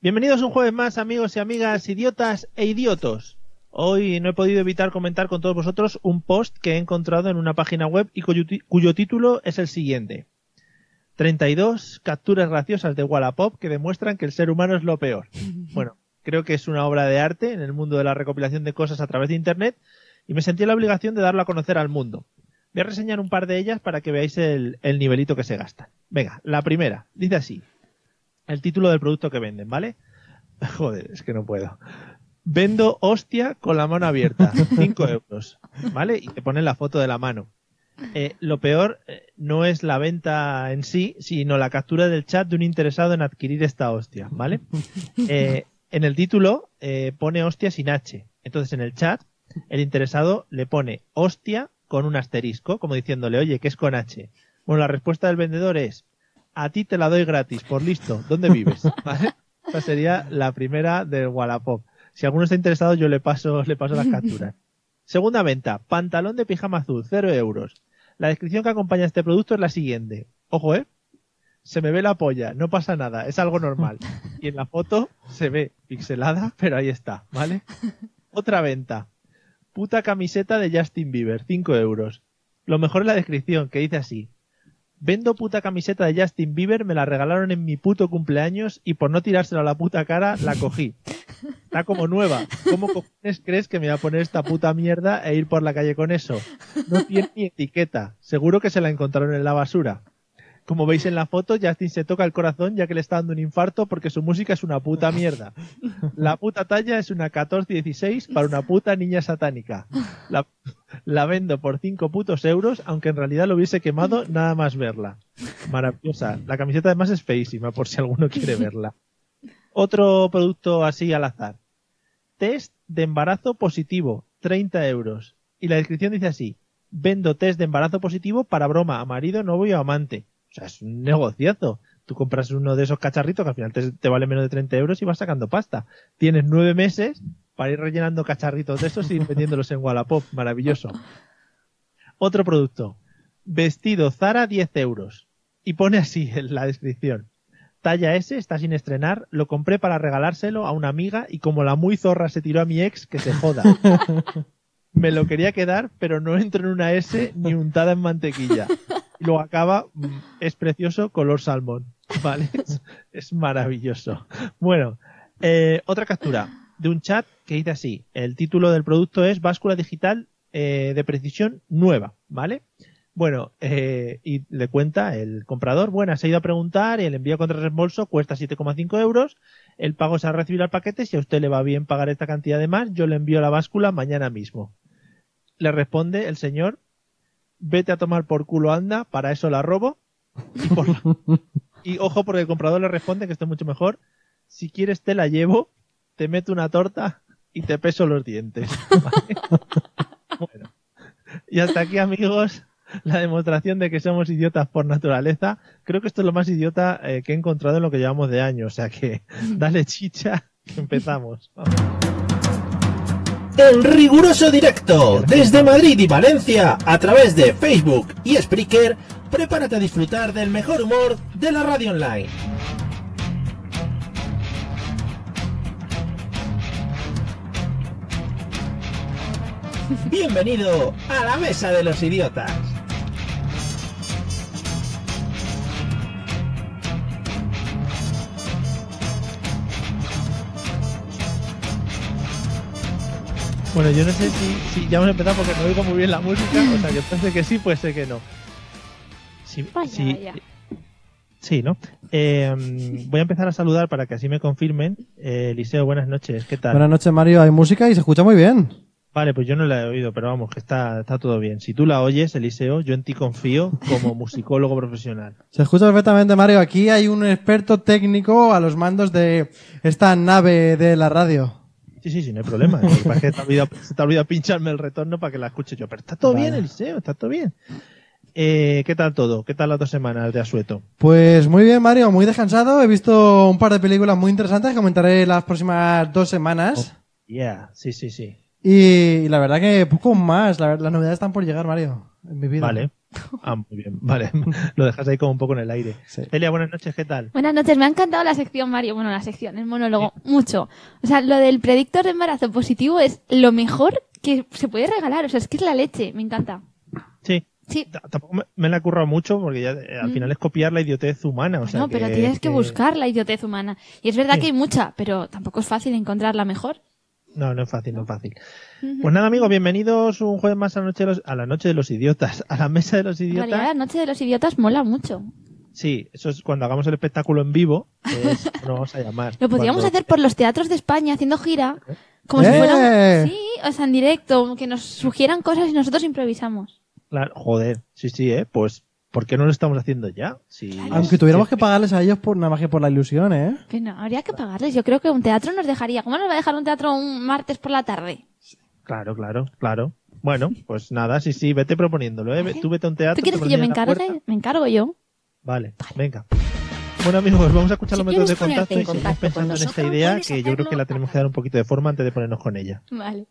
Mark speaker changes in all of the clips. Speaker 1: Bienvenidos un jueves más, amigos y amigas, idiotas e idiotos. Hoy no he podido evitar comentar con todos vosotros un post que he encontrado en una página web y cuyo, cuyo título es el siguiente. 32 capturas graciosas de Wallapop que demuestran que el ser humano es lo peor. Bueno, creo que es una obra de arte en el mundo de la recopilación de cosas a través de Internet y me sentí la obligación de darlo a conocer al mundo. Voy a reseñar un par de ellas para que veáis el, el nivelito que se gastan. Venga, la primera. Dice así. El título del producto que venden, ¿vale? Joder, es que no puedo. Vendo hostia con la mano abierta. 5 euros. ¿Vale? Y te ponen la foto de la mano. Eh, lo peor eh, no es la venta en sí, sino la captura del chat de un interesado en adquirir esta hostia, ¿vale? Eh, en el título eh, pone hostia sin H. Entonces en el chat el interesado le pone hostia con un asterisco, como diciéndole, oye, que es con H. Bueno, la respuesta del vendedor es, a ti te la doy gratis, por listo, ¿dónde vives? ¿Vale? Esta sería la primera del Wallapop. Si alguno está interesado, yo le paso, le paso las capturas. Segunda venta, pantalón de pijama azul, 0 euros. La descripción que acompaña a este producto es la siguiente. Ojo, ¿eh? Se me ve la polla, no pasa nada, es algo normal. Y en la foto se ve pixelada, pero ahí está, ¿vale? Otra venta, puta camiseta de Justin Bieber, 5 euros. Lo mejor es la descripción, que dice así. Vendo puta camiseta de Justin Bieber, me la regalaron en mi puto cumpleaños y por no tirársela a la puta cara, la cogí. Está como nueva. ¿Cómo cojones crees que me va a poner esta puta mierda e ir por la calle con eso? No tiene ni etiqueta. Seguro que se la encontraron en la basura. Como veis en la foto, Justin se toca el corazón ya que le está dando un infarto porque su música es una puta mierda. La puta talla es una 14-16 para una puta niña satánica. La, la vendo por 5 putos euros, aunque en realidad lo hubiese quemado nada más verla. Maravillosa. La camiseta además es feísima por si alguno quiere verla. Otro producto así al azar. Test de embarazo positivo, 30 euros. Y la descripción dice así. Vendo test de embarazo positivo para broma a marido, novio o amante. O sea, es un negociazo. Tú compras uno de esos cacharritos que al final te, te, vale menos de 30 euros y vas sacando pasta. Tienes nueve meses para ir rellenando cacharritos de estos y vendiéndolos en Wallapop. Maravilloso. Otro producto. Vestido Zara 10 euros. Y pone así en la descripción. Talla S está sin estrenar, lo compré para regalárselo a una amiga y como la muy zorra se tiró a mi ex, que se joda. Me lo quería quedar, pero no entro en una S ni untada en mantequilla y luego acaba, mm, es precioso, color salmón, ¿vale? Es, es maravilloso. Bueno, eh, otra captura de un chat que dice así, el título del producto es báscula digital eh, de precisión nueva, ¿vale? Bueno, eh, y le cuenta el comprador, bueno, se ha ido a preguntar, el envío contra reembolso cuesta 7,5 euros, el pago se ha recibido al paquete, si a usted le va bien pagar esta cantidad de más, yo le envío la báscula mañana mismo. Le responde el señor, vete a tomar por culo anda, para eso la robo. Y, por la... y, ojo porque el comprador le responde que esto es mucho mejor. Si quieres te la llevo, te meto una torta y te peso los dientes. ¿Vale? bueno. Y hasta aquí amigos, la demostración de que somos idiotas por naturaleza. Creo que esto es lo más idiota eh, que he encontrado en lo que llevamos de año. O sea que
Speaker 2: Mm.
Speaker 1: dale chicha, que empezamos. Vamos
Speaker 3: en riguroso directo desde Madrid y Valencia a través de Facebook y Spreaker, prepárate a disfrutar del mejor humor de la radio online. Bienvenido a la Mesa de los Idiotas.
Speaker 1: Bueno, yo no sé si, si, ya hemos empezado porque no oigo muy bien la música, o sea que parece que sí, puede ser que no. Sí,
Speaker 2: Vaya,
Speaker 1: sí,
Speaker 2: ya.
Speaker 1: sí ¿no? Eh, voy a empezar a saludar para que así me confirmen. Eh, Eliseo, buenas noches, ¿qué tal?
Speaker 4: Buenas noches, Mario. Hay música y se escucha muy bien.
Speaker 1: Vale, pues yo no la he oído, pero vamos, que está, está todo bien. Si tú la oyes, Eliseo, yo en ti confío como musicólogo profesional.
Speaker 4: Se escucha perfectamente, Mario. Aquí hay un experto técnico a los mandos de esta nave de la radio.
Speaker 1: Sí, sí, sí, no hay problema. Lo que pasa es que te olvidado, se te ha olvidado pincharme el retorno para que la escuche yo. Pero está todo vale. bien, Eliseo, está todo bien. Eh, ¿Qué tal todo? ¿Qué tal las dos semanas de asueto?
Speaker 4: Pues muy bien, Mario, muy descansado. He visto un par de películas muy interesantes. Comentaré las próximas dos semanas.
Speaker 1: Oh, yeah, sí, sí, sí.
Speaker 4: Y, y, la verdad que poco más. La, las novedades están por llegar, Mario, en mi vida.
Speaker 1: Vale. Ah, muy bien, vale. Lo dejas ahí como un poco en el aire.
Speaker 4: Sí.
Speaker 1: Elia, buenas noches, ¿qué tal?
Speaker 2: Buenas noches, me ha encantado la sección, Mario. Bueno, la sección, el monólogo, mucho. O sea, lo del predictor de embarazo positivo es lo mejor que se puede regalar. O sea, es que es la leche, me encanta.
Speaker 1: Sí.
Speaker 2: Sí.
Speaker 1: T- Tampoco me, me la he currado mucho porque ya eh, al
Speaker 2: Mm.
Speaker 1: final es copiar la idiotez humana. O sea
Speaker 2: pues no, pero tienes que buscar la idiotez humana. Y es verdad
Speaker 1: Sí.
Speaker 2: que hay mucha, pero tampoco es fácil encontrarla mejor.
Speaker 1: No, no es fácil, no es fácil.
Speaker 2: Ujú.
Speaker 1: Pues nada, amigos, bienvenidos un jueves más a, la noche de los- a la noche de los idiotas, a la mesa de los
Speaker 2: En realidad,
Speaker 1: idiotas.
Speaker 2: la noche de los idiotas mola mucho.
Speaker 1: Sí, eso es cuando hagamos el espectáculo en vivo. que Es, lo vamos a llamar.
Speaker 2: Lo podríamos
Speaker 1: Cuando-
Speaker 2: hacer por los teatros de España haciendo gira, como
Speaker 4: ¡Eh!
Speaker 2: si fuera un- sí, o sea, en directo, que nos sugieran cosas y nosotros improvisamos.
Speaker 1: Claro, joder, sí, sí, ¿eh? Pues, ¿por qué no lo estamos haciendo ya? Sí,
Speaker 4: Aunque tuviéramos que pagarles a ellos por nada más que por la ilusión, ¿eh?
Speaker 2: Pero no, habría que pagarles. Yo creo que un teatro nos dejaría. ¿Cómo nos va a dejar un teatro un martes por la tarde?
Speaker 1: Claro, claro, claro. Bueno, pues nada, sí, sí, vete proponiéndolo, ¿eh? Ve- Tú vete a un teatro.
Speaker 2: ¿Tú quieres
Speaker 1: te
Speaker 2: que yo me
Speaker 1: pones en la puerta.
Speaker 2: encargue? Me encargo yo.
Speaker 1: Vale, venga. Bueno amigos, pues vamos a escuchar
Speaker 5: Si
Speaker 1: los métodos de
Speaker 5: quieres
Speaker 1: contacto
Speaker 5: ponerte en
Speaker 1: y seguimos
Speaker 5: contacto con
Speaker 1: pensando en esta
Speaker 5: nosotros,
Speaker 1: idea
Speaker 5: puedes
Speaker 1: que yo creo que la
Speaker 5: hacerlo
Speaker 1: tenemos que dar un poquito de forma antes de ponernos con ella.
Speaker 2: Vale.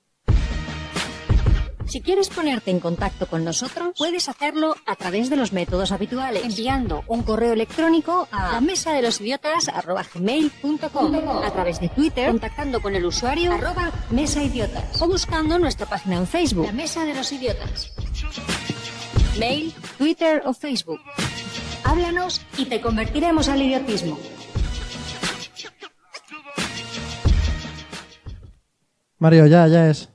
Speaker 5: Si quieres ponerte en contacto con nosotros, puedes hacerlo a través de los métodos habituales, enviando un correo electrónico a la mesa de los idiotas a través de Twitter, contactando con el usuario arroba mesa idiotas o buscando nuestra página en Facebook, la mesa de los idiotas. Mail, Twitter o Facebook. Háblanos y te convertiremos al idiotismo.
Speaker 4: Mario, ya, ya es.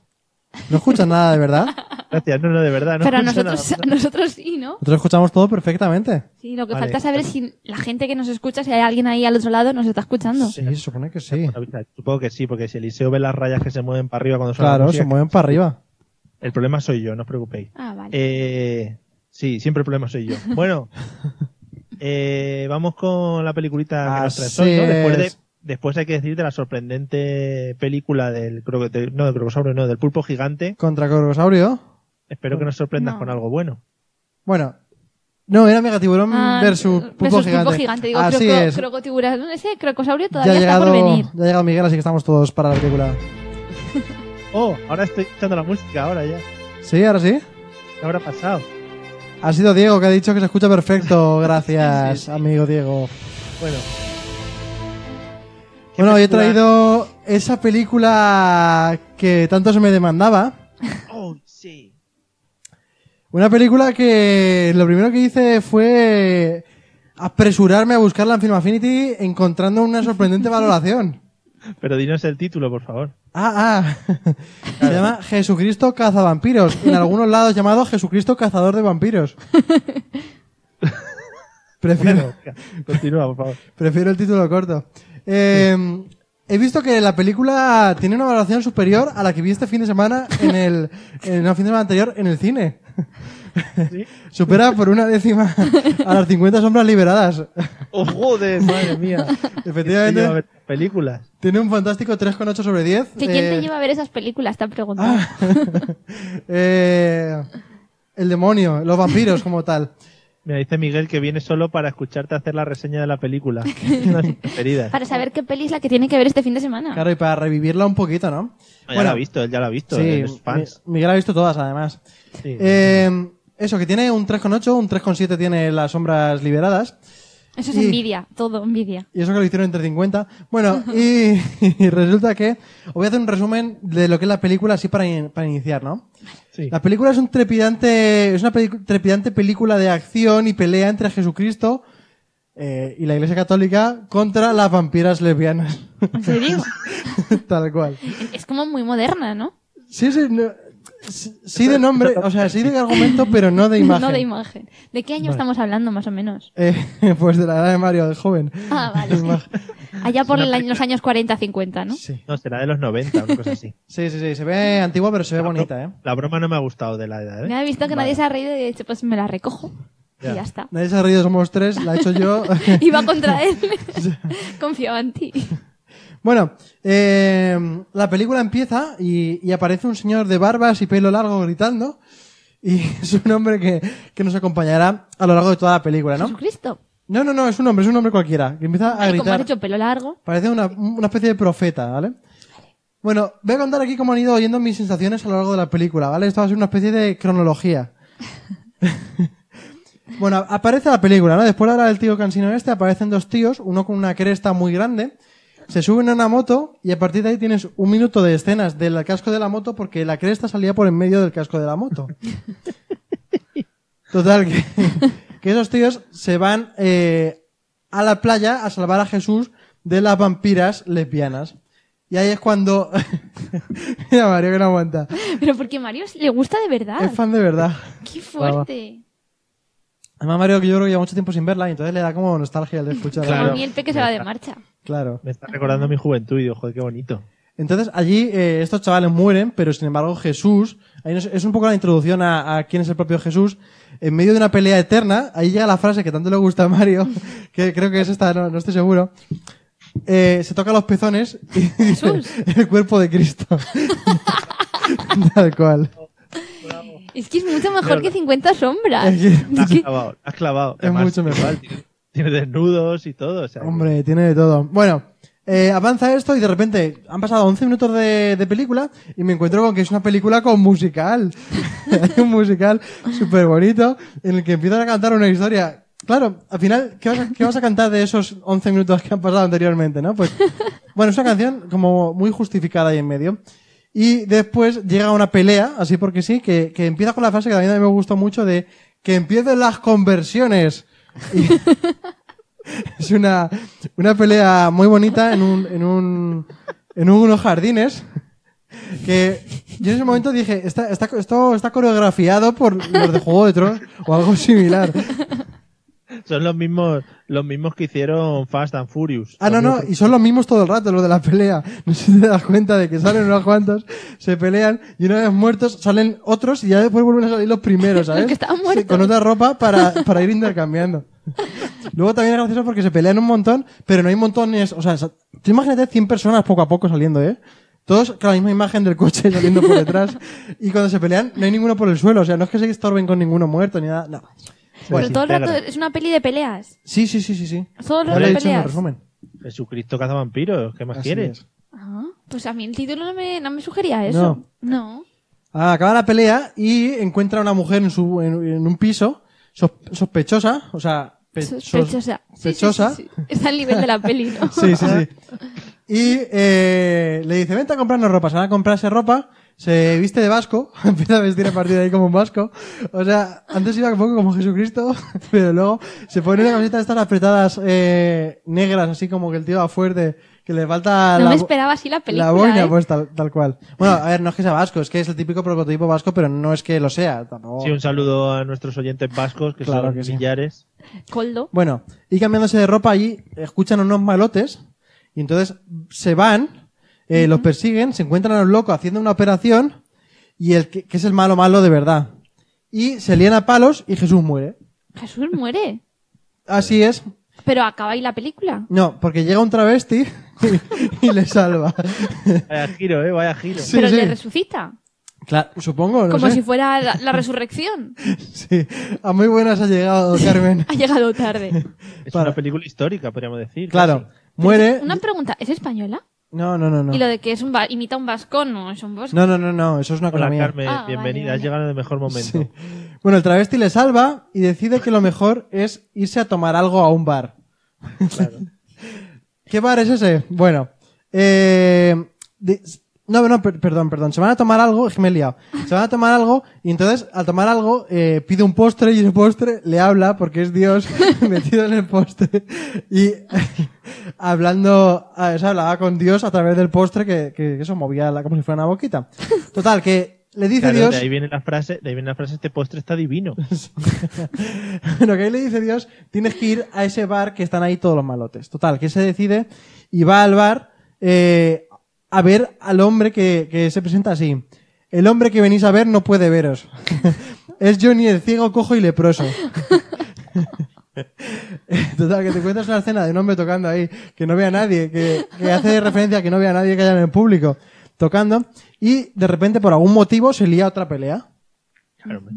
Speaker 4: No escuchas nada de verdad.
Speaker 1: Gracias, no, no, de verdad, Ah, no.
Speaker 2: Pero a
Speaker 1: pasa nada.
Speaker 2: nosotros, a nosotros sí, ¿no?
Speaker 4: Nosotros escuchamos todo perfectamente.
Speaker 2: Sí, lo que
Speaker 1: Vale.
Speaker 2: falta saber es si la gente que nos escucha, si hay alguien ahí al otro lado, nos está escuchando.
Speaker 4: Sí, se supone que sí.
Speaker 1: Bueno, Vita, Supongo que sí, porque si Eliseo ve las rayas que se mueven para arriba cuando suena la
Speaker 4: Claro,
Speaker 1: música,
Speaker 4: se mueven para arriba.
Speaker 1: el problema soy yo, no os preocupéis.
Speaker 2: Ah, vale.
Speaker 1: Eh, sí, siempre el problema soy yo. Bueno, eh, vamos con la peliculita que nos traes
Speaker 4: Así
Speaker 1: hoy, ¿no? Después, de-
Speaker 4: es.
Speaker 1: después hay que decir de la sorprendente película del, croco- del- no, del crocosaurio, no, del pulpo gigante.
Speaker 4: Contra Corvosaurio.
Speaker 1: Espero que nos sorprendas
Speaker 2: No.
Speaker 1: con algo bueno.
Speaker 4: Bueno. No, era Megatiburón
Speaker 2: Ah,
Speaker 4: versus Pulpo Gigante.
Speaker 2: Digo,
Speaker 4: Así
Speaker 2: croco,
Speaker 4: es.
Speaker 2: crocotiburón. Ese crocosaurio
Speaker 4: Ya ha,
Speaker 2: todavía está
Speaker 4: llegado,
Speaker 2: por venir.
Speaker 4: ya ha llegado Miguel, así que estamos todos para la película.
Speaker 1: Oh, ahora estoy escuchando la música, ahora ya.
Speaker 4: ¿Sí? ¿Ahora sí?
Speaker 1: ¿Qué habrá pasado?
Speaker 4: Ha sido Diego que ha dicho que se escucha perfecto. Gracias,
Speaker 1: Sí, sí.
Speaker 4: amigo Diego.
Speaker 1: Bueno. ¿Qué
Speaker 4: Bueno, hoy
Speaker 1: película-
Speaker 4: he traído esa película que tanto se me demandaba.
Speaker 1: Oh, sí.
Speaker 4: Una película que lo primero que hice fue apresurarme a buscarla en Film Affinity encontrando una sorprendente valoración.
Speaker 1: Pero dinos el título, por favor.
Speaker 4: Ah, ah. Se llama Jesucristo Cazavampiros. En algunos lados llamado Jesucristo Cazador de Vampiros. Prefiero.
Speaker 1: Bueno, venga, continúa, por favor.
Speaker 4: Prefiero el título corto. Eh, He visto que la película tiene una valoración superior a la que vi este fin de semana en el. en no, fin de semana anterior en el cine.
Speaker 1: ¿Sí?
Speaker 4: Supera por una décima a las 50 sombras liberadas.
Speaker 1: ¡Oh, joder! Madre mía. Te lleva a
Speaker 4: Efectivamente,
Speaker 1: ver películas.
Speaker 4: tiene un fantástico 3,8 sobre 10.
Speaker 2: ¿Que ¿Quién
Speaker 4: Eh,
Speaker 2: te lleva a ver esas películas? Te han preguntado.
Speaker 4: Ah. Eh, el demonio, los vampiros como tal.
Speaker 1: Mira, dice Miguel que viene solo para escucharte hacer la reseña de la película. Una de sus preferidas.
Speaker 2: Para saber qué peli es la que tiene que ver este fin de semana.
Speaker 4: Claro, y para revivirla un poquito, ¿no?
Speaker 1: Ah, ya la ha visto, él ya la ha visto.
Speaker 4: sí,
Speaker 1: él es fans.
Speaker 4: Mi- Miguel ha visto todas, además.
Speaker 1: Sí.
Speaker 4: Eh, eso, que tiene un 3,8, un 3,7 tiene las sombras liberadas.
Speaker 2: Eso es
Speaker 4: Y-
Speaker 2: envidia, todo envidia.
Speaker 4: Y eso que lo hicieron entre 50. Bueno, y, y resulta que... Os voy a hacer un resumen de lo que es la película así para, in- para iniciar, ¿no?
Speaker 1: Sí.
Speaker 4: La película es un trepidante, es una pelicu- trepidante película de acción y pelea entre Jesucristo eh, y la Iglesia Católica contra las vampiras lesbianas.
Speaker 2: ¿En serio?
Speaker 4: Tal cual.
Speaker 2: es como muy moderna, ¿no?
Speaker 4: Sí, sí, no- sí- sí de nombre, o sea, sí de argumento, pero no de imagen.
Speaker 2: No de imagen. ¿De qué año estamos hablando, más o menos?
Speaker 4: Eh, pues de la edad de Mario, del joven.
Speaker 2: Ah, vale. Allá por el año- los años 40-50, ¿no?
Speaker 4: Sí.
Speaker 1: No, será de los 90, una cosa así.
Speaker 4: sí, sí, sí, se ve antigua, pero se ve bonita, ¿eh?
Speaker 1: La broma no me ha gustado de la edad, ¿eh?
Speaker 2: Me he visto que nadie se ha reído y he dicho, pues me la recojo.
Speaker 1: Ya.
Speaker 2: Y ya está.
Speaker 4: Nadie se ha reído, somos tres, la he hecho yo.
Speaker 2: Iba contra él. Confiaba en ti.
Speaker 4: Bueno, eh, la película empieza y, y aparece un señor de barbas y pelo largo gritando. Y es un hombre que, que nos acompañará a lo largo de toda la película, ¿no?
Speaker 2: Jesucristo.
Speaker 4: No, no, no, es un hombre, es un hombre cualquiera. Que empieza a
Speaker 2: Ay, como has
Speaker 4: gritar.
Speaker 2: hecho pelo largo.
Speaker 4: Parece una, una especie de profeta, ¿vale? Bueno, voy a contar aquí cómo han ido oyendo mis sensaciones a lo largo de la película, ¿vale? Esto va a ser una especie de cronología. Bueno, aparece la película, ¿no? Después ahora del tío cansino este aparecen dos tíos, uno con una cresta muy grande, se suben a una moto y a partir de ahí tienes un minuto de escenas del casco de la moto porque la cresta salía por en medio del casco de la moto. Total, que, que esos tíos se van eh, a la playa a salvar a Jesús de las vampiras lesbianas. Y ahí es cuando... Mira, Mario, que no aguanta.
Speaker 2: Pero porque Mario le gusta de verdad.
Speaker 4: Es Ah, fan de verdad.
Speaker 2: ¡Qué fuerte!
Speaker 4: Además, Mario, que yo creo que lleva mucho tiempo sin verla y entonces le da como nostalgia el de escucharla.
Speaker 1: Claro.
Speaker 2: Como a mí el peque se va de marcha.
Speaker 4: Claro.
Speaker 1: Me está recordando mi juventud y digo, joder, qué bonito.
Speaker 4: Entonces allí eh, estos chavales mueren, pero sin embargo Jesús, ahí nos- es un poco la introducción a, a quién es el propio Jesús, en medio de una pelea eterna, ahí llega la frase que tanto le gusta a Mario, que creo que es esta, no, no estoy seguro, eh, se toca los pezones y dice, el cuerpo de Cristo. Tal cual.
Speaker 2: Es que es mucho mejor que 50 sombras.
Speaker 4: Es que-
Speaker 1: La has
Speaker 2: Sí.
Speaker 1: clavado, la has clavado.
Speaker 4: Es mucho mejor.
Speaker 1: igual, tiene, tiene desnudos y todo. o sea,
Speaker 4: Hombre, tiene de todo. Bueno, eh, avanza esto y de repente han pasado 11 minutos de, de película y me encuentro con que es una película con musical. Hay un musical súper bonito en el que empiezan a cantar una historia. Claro, al final, ¿qué vas, a, qué vas a cantar de esos 11 minutos que han pasado anteriormente, no? Pues, bueno, es una canción como muy justificada ahí en medio. Y después llega una pelea, así porque sí, que, que empieza con la frase que también a mí me gustó mucho de que empiecen las conversiones. Y- es una, una pelea muy bonita en un, en un, en unos jardines. Que yo en ese momento dije, está, está, esto está coreografiado por los de Juego de Tronos o algo similar.
Speaker 1: Son los mismos, los mismos que hicieron Fast and Furious.
Speaker 4: Ah, no, no, y son los mismos todo el rato, los de la pelea. No sé si te das cuenta de que salen unos cuantos, se pelean, y una vez muertos salen otros y ya después vuelven a salir los primeros, ¿sabes?
Speaker 2: Los que estaban
Speaker 4: Sí,
Speaker 2: muertos.
Speaker 4: Con otra ropa para, para ir intercambiando. Luego también es gracioso porque se pelean un montón, pero no hay montones, o sea, sa- tú imagínate 100 personas poco a poco saliendo, ¿eh? Todos con la misma imagen del coche saliendo por detrás. Y cuando se pelean, no hay ninguno por el suelo. O sea, no es que se estorben con ninguno muerto ni nada. No. pues
Speaker 2: Pero todo el rato
Speaker 1: desintegra.
Speaker 2: es una peli de peleas.
Speaker 4: Sí, sí, sí, sí, sí.
Speaker 2: Todo el
Speaker 4: Ya
Speaker 2: rato
Speaker 4: lo
Speaker 2: de
Speaker 4: he dicho en el
Speaker 2: peleas.
Speaker 4: resumen.
Speaker 1: Jesucristo caza vampiros, ¿qué más
Speaker 4: Así
Speaker 1: quieres?
Speaker 4: es.
Speaker 2: Ah, pues a mí el título no me, no me sugería eso. No.
Speaker 4: Ah, acaba la pelea y encuentra a una mujer en, su, en, en un piso sospe- sospechosa, o sea, pe- sos-
Speaker 2: Sospechosa. Sí, sí,
Speaker 4: sospechosa.
Speaker 2: sí, sí. Está al nivel de la peli, ¿no?
Speaker 4: Sí, sí, sí. Y eh, le dice, vente a comprarnos ropa. Se van a comprarse ropa, se viste de vasco, empieza a vestir a partir de ahí como un vasco. O sea, antes iba un poco como Jesucristo, pero luego se pone una camiseta de estas apretadas eh, negras, así como que el tío va fuerte, que le falta
Speaker 2: No
Speaker 4: la,
Speaker 2: me
Speaker 4: bo-
Speaker 2: esperaba así la película.
Speaker 4: la boina,
Speaker 2: ¿eh?
Speaker 4: pues tal, tal cual. Bueno, a ver, no es que sea vasco, es que es el típico prototipo vasco, pero no es que lo sea. Tampoco.
Speaker 1: Sí, un saludo a nuestros oyentes vascos, que
Speaker 4: Oh. Claro
Speaker 1: son
Speaker 4: que sí.
Speaker 1: millares.
Speaker 2: Coldo.
Speaker 4: Bueno, y cambiándose de ropa allí, escuchan unos malotes, y entonces se van, eh, los persiguen, se encuentran a un loco haciendo una operación, y el que, que es el malo malo de verdad. Y se lían a palos y Jesús muere.
Speaker 2: Jesús muere.
Speaker 4: Así es.
Speaker 2: Pero acaba ahí la película.
Speaker 4: No, porque llega un travesti y, y le salva.
Speaker 1: Vaya giro, eh, vaya giro.
Speaker 4: Sí,
Speaker 2: pero
Speaker 4: sí.
Speaker 2: le resucita.
Speaker 4: Claro, supongo, no
Speaker 2: como
Speaker 4: sé.
Speaker 2: si fuera la, la resurrección.
Speaker 4: Sí, a muy buenas ha llegado Carmen.
Speaker 2: Ha llegado tarde.
Speaker 1: Es
Speaker 4: Para-
Speaker 1: una película histórica, podríamos decir.
Speaker 4: Claro, muere.
Speaker 2: Una pregunta. ¿Es española?
Speaker 4: No, no, no, no.
Speaker 2: Y lo de que es un va- imita un vascón, no es un vascón.
Speaker 4: No, no, no, no, eso es una
Speaker 1: casi. Hola,
Speaker 4: cosa mía.
Speaker 1: Carmen,
Speaker 2: Ah, vale,
Speaker 1: bienvenida. Has
Speaker 2: vale.
Speaker 1: llegado en el mejor momento.
Speaker 4: Sí. Bueno, el travesti le salva y decide que lo mejor es irse a tomar algo a un bar. ¿Qué bar es ese? Bueno, eh, de- no, no, per- perdón, perdón. Se van a tomar algo, es que me he liado. Se van a tomar algo y entonces al tomar algo eh, pide un postre y ese postre le habla porque es Dios metido en el postre y hablando, a- o sea, hablaba con Dios a través del postre que, que eso movía la- como si fuera una boquita. Total, que le dice
Speaker 1: Claro,
Speaker 4: Dios...
Speaker 1: de ahí viene la frase, de ahí viene la frase, este postre está divino.
Speaker 4: Bueno, que ahí le dice Dios, tienes que ir a ese bar que están ahí todos los malotes. Total, que se decide y va al bar eh, a ver al hombre que, que se presenta así. El hombre que venís a ver no puede veros. es Johnny el ciego, cojo y leproso. Total, que te encuentras una escena de un hombre tocando ahí, que no vea a nadie, que, que hace referencia a que no vea a nadie que haya en el público tocando, y de repente por algún motivo se lía otra pelea.
Speaker 1: Claro, hombre.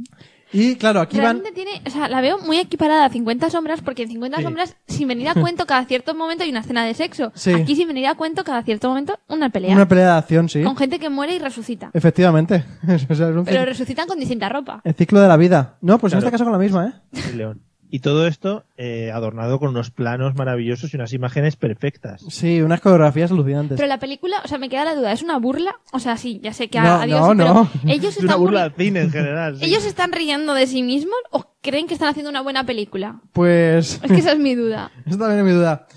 Speaker 4: Y claro, aquí van.
Speaker 2: Realmente tiene, o sea, la veo muy equiparada a 50 sombras, porque en 50
Speaker 4: Sí.
Speaker 2: sombras, sin venir a cuento, cada cierto momento hay una escena de sexo.
Speaker 4: Sí.
Speaker 2: Aquí, sin venir a cuento, cada cierto momento, una pelea.
Speaker 4: Una pelea de acción, sí.
Speaker 2: Con gente que muere y resucita.
Speaker 4: Efectivamente. O sea, es un
Speaker 2: Pero
Speaker 4: ciclo-
Speaker 2: resucitan con distinta ropa.
Speaker 4: el ciclo de la vida. No, pues en
Speaker 1: Claro.
Speaker 4: este caso con la misma, ¿eh?
Speaker 1: El león. Y todo esto eh, adornado con unos planos maravillosos y unas imágenes perfectas.
Speaker 4: Sí, unas coreografías alucinantes.
Speaker 2: Pero la película, o sea, me queda la duda, ¿es una burla? O sea, sí, ya sé que
Speaker 4: No,
Speaker 2: a- adiós,
Speaker 4: no,
Speaker 2: pero
Speaker 4: no.
Speaker 2: ellos
Speaker 1: Es una
Speaker 2: están
Speaker 1: burla
Speaker 2: muy-
Speaker 1: al cine en general. sí.
Speaker 2: ellos están riendo de sí mismos o creen que están haciendo una buena película.
Speaker 4: Pues.
Speaker 2: Es que esa es mi duda.
Speaker 4: Esa también es mi duda.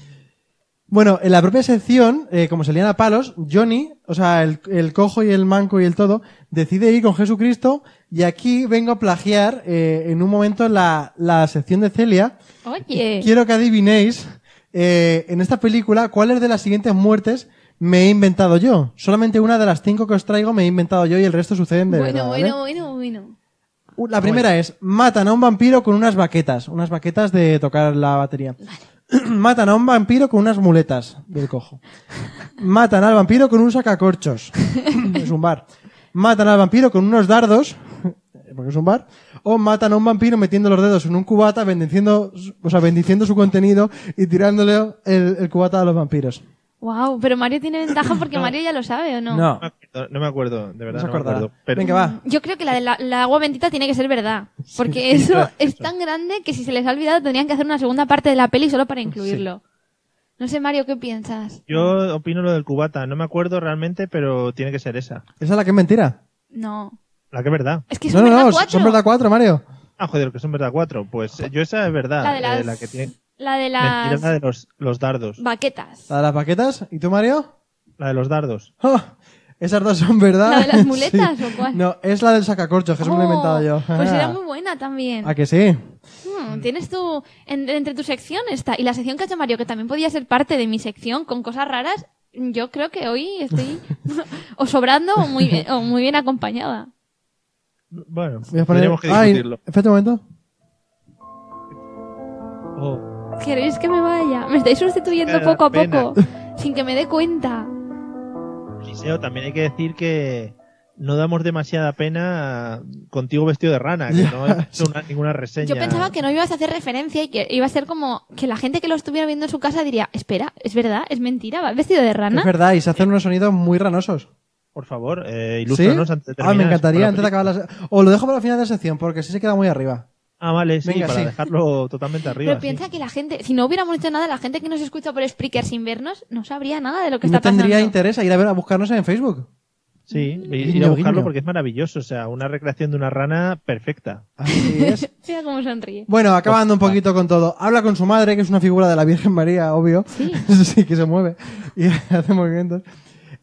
Speaker 4: Bueno, en la propia sección, eh, como se lían a palos, Johnny, o sea, el, el cojo y el manco y el todo, decide ir con Jesucristo y aquí vengo a plagiar eh, en un momento la, la sección de Celia.
Speaker 2: Oye,
Speaker 4: Quiero que adivinéis eh, en esta película cuáles de las siguientes muertes me he inventado yo. Solamente una de las cinco que os traigo me he inventado yo y el resto suceden de
Speaker 2: bueno,
Speaker 4: verdad. ¿vale?
Speaker 1: eh?
Speaker 2: bueno, bueno, bueno.
Speaker 4: Uh, La primera es, matan a un vampiro con unas baquetas, unas baquetas de tocar la batería. matan a un vampiro con unas muletas del cojo. matan al vampiro con un sacacorchos. es un bar. Matan al vampiro con unos dardos, porque es un bar. O matan a un vampiro metiendo los dedos en un cubata, bendiciendo, su- o sea, bendiciendo su contenido y tirándole el, el cubata a los vampiros.
Speaker 2: Wow, pero Mario tiene ventaja porque Mario ya lo sabe, ¿o no?
Speaker 1: No,
Speaker 4: No,
Speaker 1: me acuerdo- no me acuerdo, de
Speaker 4: no
Speaker 1: verdad.
Speaker 4: se
Speaker 1: No, me
Speaker 4: acordará.
Speaker 1: acuerdo. Pero
Speaker 4: Venga, va.
Speaker 2: Yo creo que la del agua bendita tiene que ser verdad. Porque
Speaker 1: sí,
Speaker 2: eso
Speaker 1: claro,
Speaker 2: es
Speaker 1: eso.
Speaker 2: tan grande que si se les ha olvidado tendrían que hacer una segunda parte de la peli solo para incluirlo. No sé, Mario, ¿qué piensas?
Speaker 1: yo opino lo del cubata. No me acuerdo realmente, pero tiene que ser esa.
Speaker 4: Esa es la que es mentira.
Speaker 2: No.
Speaker 1: La que es verdad.
Speaker 2: Es que es
Speaker 4: no, no,
Speaker 2: verdad
Speaker 4: no,
Speaker 2: cuatro.
Speaker 4: son verdad cuatro, Mario.
Speaker 1: Ah, joder, que son verdad cuatro. Pues eh, yo esa es verdad.
Speaker 2: La de las...
Speaker 1: eh, la que tiene.
Speaker 2: la de
Speaker 1: Mentira,
Speaker 2: las...
Speaker 1: la de los, los dardos.
Speaker 2: Baquetas.
Speaker 4: La de las baquetas. ¿Y tú, Mario?
Speaker 1: La de los dardos.
Speaker 4: Oh, esas dos son verdad.
Speaker 2: ¿La de las muletas o cuál?
Speaker 4: No, es la del sacacorchos, que eso me lo he
Speaker 2: Oh,
Speaker 4: inventado yo. Ah.
Speaker 2: Pues era muy buena también.
Speaker 4: ¿A que sí?
Speaker 2: Hmm, tienes tu... en- entre tu sección está... Y la sección que ha hecho Mario, que también podía ser parte de mi sección con cosas raras, yo creo que hoy estoy o sobrando o muy bien, o muy bien acompañada.
Speaker 1: Bueno,
Speaker 4: Voy a poner-
Speaker 1: tendríamos que
Speaker 4: Ay,
Speaker 1: discutirlo.
Speaker 4: espérate un momento.
Speaker 1: Oh,
Speaker 2: ¿Queréis que me vaya? Me estáis sustituyendo
Speaker 1: Qué
Speaker 2: poco a
Speaker 1: pena.
Speaker 2: poco, sin que me dé cuenta.
Speaker 1: Eliseo, también hay que decir que no damos demasiada pena contigo vestido de rana, que no has hecho una- ninguna reseña.
Speaker 2: Yo pensaba que no ibas a hacer referencia y que iba a ser como que la gente que lo estuviera viendo en su casa diría, espera, es verdad, es mentira, va vestido de
Speaker 4: Es
Speaker 2: rana.
Speaker 4: verdad, y se hacen unos sonidos muy ranosos.
Speaker 1: Por favor, eh,
Speaker 4: ¿Sí?
Speaker 1: ilústranos antes de
Speaker 4: ah,
Speaker 1: terminar.
Speaker 4: me encantaría
Speaker 1: Para-
Speaker 4: antes de acabar la... se- O lo dejo para el final de la sección, porque sí se queda muy arriba.
Speaker 1: Ah, vale, sí,
Speaker 4: Venga,
Speaker 1: para
Speaker 4: sí.
Speaker 1: dejarlo totalmente arriba.
Speaker 2: Pero
Speaker 1: sí.
Speaker 2: piensa que la gente, si no hubiéramos hecho nada, la gente que nos escucha por Spreaker sin vernos no sabría nada de lo que
Speaker 4: no
Speaker 2: está pasando.
Speaker 4: tendría interés a ir a, ver, a buscarnos en Facebook.
Speaker 1: Sí, y- ir
Speaker 4: Guiño,
Speaker 1: a buscarlo
Speaker 4: guiño.
Speaker 1: porque es maravilloso. O sea, una recreación de una rana perfecta.
Speaker 4: Así es.
Speaker 2: Mira cómo sonríe.
Speaker 4: Bueno, acabando un poquito con todo. Habla con su madre, que es una figura de la Virgen María, obvio.
Speaker 2: Sí.
Speaker 4: sí, que se mueve y hace movimientos.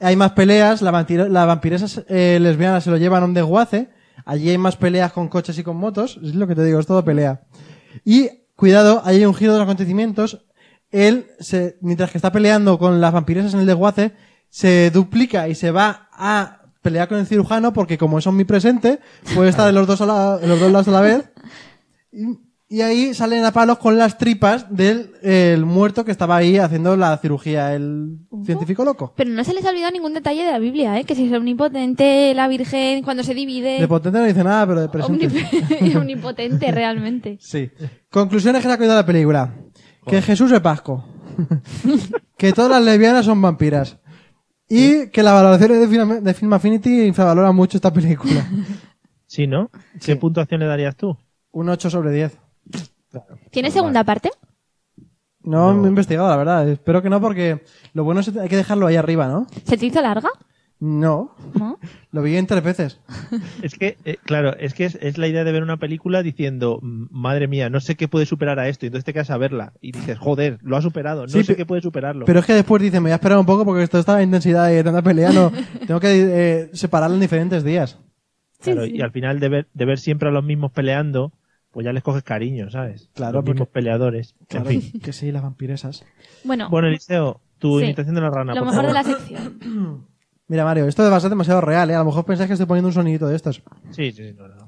Speaker 4: Hay más peleas, la, vampiro- la vampiresa eh, lesbiana se lo llevan a un desguace. Allí hay más peleas con coches y con motos. Es lo que te digo, es todo pelea. Y cuidado, ahí hay un giro de los acontecimientos. Él, se, mientras que está peleando con las vampiresas en el desguace, se duplica y se va a pelear con el cirujano porque como es omnipresente, puede estar en los dos, a la- en los dos lados a la vez. Y, y ahí salen a palos con las tripas del eh, el muerto que estaba ahí haciendo la cirugía, el científico loco.
Speaker 2: Pero no se les ha olvidado ningún detalle de la Biblia, ¿eh? Que si es omnipotente, la Virgen, cuando se
Speaker 4: De
Speaker 2: divide...
Speaker 4: potente no dice nada, pero de presente.
Speaker 2: omnip- omnipotente, realmente.
Speaker 4: Sí. Conclusiones que se ha cogido la película. Que Jesús es pasco. que todas las lesbianas son vampiras. Y que las valoraciones de Film, de Film Affinity infravaloran mucho esta película.
Speaker 1: Sí, ¿no? ¿Qué puntuación le darías tú?
Speaker 4: Un 8 sobre 10.
Speaker 2: ¿Tiene segunda parte?
Speaker 4: No, me he investigado, la verdad. Espero que no, porque lo bueno es que hay que dejarlo ahí arriba, ¿no?
Speaker 2: ¿Se te hizo larga?
Speaker 4: No.
Speaker 2: ¿No?
Speaker 4: Lo vi en tres veces.
Speaker 1: Es que, eh, claro, es que es, es la idea de ver una película diciendo, "M- madre mía, no sé qué puede superar a esto, y entonces te quedas a verla y dices, joder, lo ha superado, no
Speaker 4: Sí,
Speaker 1: sé
Speaker 4: pe-
Speaker 1: qué puede superarlo.
Speaker 4: Pero es que después dicen, me voy a esperar un poco porque esto está en intensidad de tanta pelea, no, tengo que eh, separarlo en diferentes días.
Speaker 1: Claro, Y al final de ver, de ver siempre a los mismos peleando, pues ya les coges cariño, ¿sabes?
Speaker 4: Claro,
Speaker 1: los mismos peleadores.
Speaker 4: Claro,
Speaker 1: En fin.
Speaker 4: que sí, las vampiresas.
Speaker 2: Bueno,
Speaker 1: Bueno, Eliseo, tu
Speaker 2: Sí.
Speaker 1: imitación de la rana,
Speaker 2: lo
Speaker 1: por
Speaker 2: mejor de
Speaker 1: favor.
Speaker 2: la sección.
Speaker 4: Mira, Mario, esto va a ser demasiado real, ¿eh? A lo mejor pensáis que estoy poniendo un sonidito de estos.
Speaker 1: Sí, sí, sí, no, no.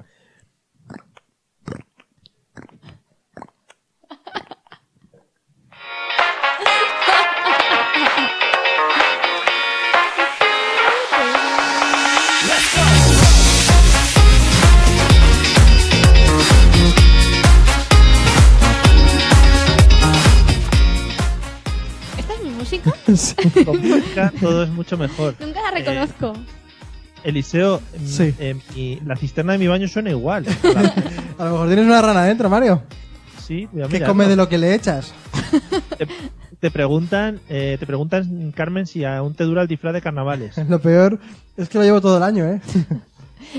Speaker 1: Con música todo es mucho mejor. Eh,
Speaker 2: Nunca la reconozco.
Speaker 1: Eliseo, mm,
Speaker 4: Sí.
Speaker 1: eh, mi- la cisterna de mi baño suena igual. La-
Speaker 4: A lo mejor tienes una rana dentro, Mario.
Speaker 1: Sí, voy a
Speaker 4: Que
Speaker 1: mirarlo.
Speaker 4: come de lo que le echas.
Speaker 1: te, te preguntan, eh, te preguntan Carmen si aún te dura el disfraz de carnavales.
Speaker 4: Lo peor es que lo llevo todo el año, ¿eh?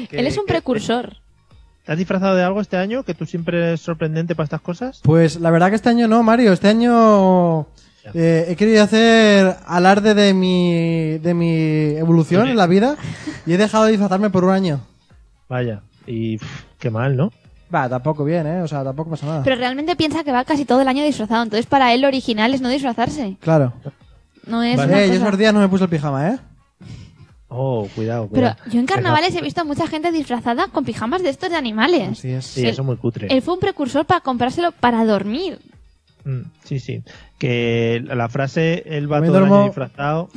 Speaker 1: Que-
Speaker 2: Él es un
Speaker 1: que-
Speaker 2: precursor.
Speaker 1: ¿Te has disfrazado de algo este año? Que tú siempre eres sorprendente para estas cosas.
Speaker 4: Pues la verdad que este año no, Mario. Este año eh, he querido hacer alarde de mi, de mi evolución en la vida y he dejado de disfrazarme por un año.
Speaker 1: Vaya, y pff, qué mal, ¿no?
Speaker 4: Va, tampoco bien, ¿eh? O sea, tampoco pasa
Speaker 1: Ah.
Speaker 4: nada.
Speaker 2: Pero realmente piensa que va casi todo el año disfrazado. Entonces, para él, lo original es no disfrazarse.
Speaker 4: Claro.
Speaker 2: No es.
Speaker 1: Vale.
Speaker 2: una
Speaker 4: Eh, yo
Speaker 2: cosa-
Speaker 4: esos días no me puse el pijama, ¿eh?
Speaker 1: Oh, cuidado,
Speaker 2: Pero
Speaker 1: cuidado.
Speaker 2: yo en carnavales he visto a mucha gente disfrazada con pijamas de estos de animales.
Speaker 4: Así es.
Speaker 1: Sí, eso es muy cutre.
Speaker 2: Él fue un precursor para comprárselo para dormir.
Speaker 1: Mm, sí, sí. Que la frase el va
Speaker 4: También
Speaker 1: todo el año
Speaker 4: duermo-
Speaker 1: disfrazado,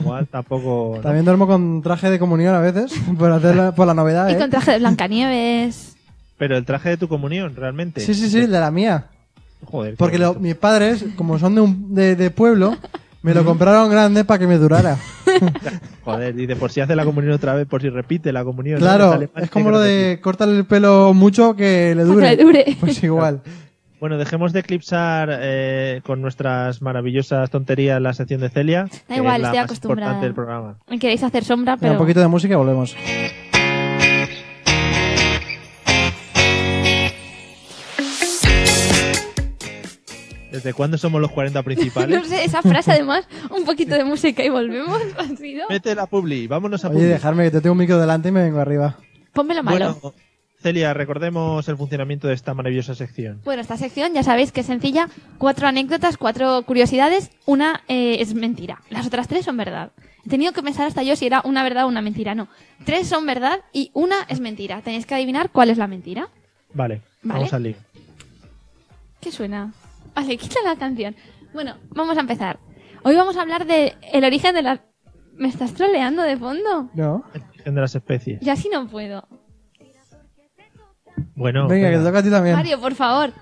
Speaker 1: igual tampoco. ¿no?
Speaker 4: También duermo con traje de comunión a veces, por, hacer la, por la novedad,
Speaker 2: Y
Speaker 4: ¿eh?
Speaker 2: con traje de Blancanieves.
Speaker 1: Pero el traje de tu comunión, realmente.
Speaker 4: Sí, sí, sí, el Este, de la mía.
Speaker 1: Joder.
Speaker 4: Porque
Speaker 1: qué
Speaker 4: lo-
Speaker 1: bonito.
Speaker 4: mis padres, como son de, un, de, de pueblo, me lo compraron grande para que me durara.
Speaker 1: Joder, dice, por si hace la comunión otra vez, por si repite la comunión. ¿no? Los
Speaker 4: Claro,
Speaker 1: alemanes
Speaker 4: es como lo
Speaker 1: tienen que
Speaker 4: de cortarle el pelo mucho que le dure.
Speaker 2: Para que le dure.
Speaker 4: Pues igual.
Speaker 1: Bueno, dejemos de eclipsar eh, con nuestras maravillosas tonterías la sección de Celia. que
Speaker 2: igual,
Speaker 1: es la
Speaker 2: estoy
Speaker 1: más
Speaker 2: acostumbrada.
Speaker 1: importante del programa.
Speaker 2: Me queréis hacer sombra,
Speaker 4: Venga,
Speaker 2: pero.
Speaker 4: un poquito de música y volvemos.
Speaker 1: ¿Desde cuándo somos los 40 principales?
Speaker 2: No sé, esa frase además, un poquito de música y volvemos. ha sido-
Speaker 1: Mete la publi, vámonos a
Speaker 4: Oye,
Speaker 1: publi.
Speaker 4: dejarme que te tengo un micro delante y me vengo arriba.
Speaker 2: Pónmelo malo.
Speaker 1: Bueno, Celia, recordemos el funcionamiento de esta maravillosa sección.
Speaker 2: Bueno, esta sección ya sabéis que es sencilla. Cuatro anécdotas, cuatro curiosidades. Una eh, es mentira. Las otras tres son verdad. He tenido que pensar hasta yo si era una verdad o una mentira. No. Tres son verdad y una es mentira. Tenéis que adivinar cuál es la mentira.
Speaker 1: Vale,
Speaker 2: Vale.
Speaker 1: vamos al lío.
Speaker 2: ¿Qué suena? Vale, quita la canción. Bueno, vamos a empezar. Hoy vamos a hablar de el origen de las... ¿Me estás troleando de fondo?
Speaker 4: ¿No?
Speaker 1: El origen de las especies.
Speaker 2: Yo así no puedo.
Speaker 1: Bueno,
Speaker 4: venga, que te toca a ti también.
Speaker 2: Mario, por favor.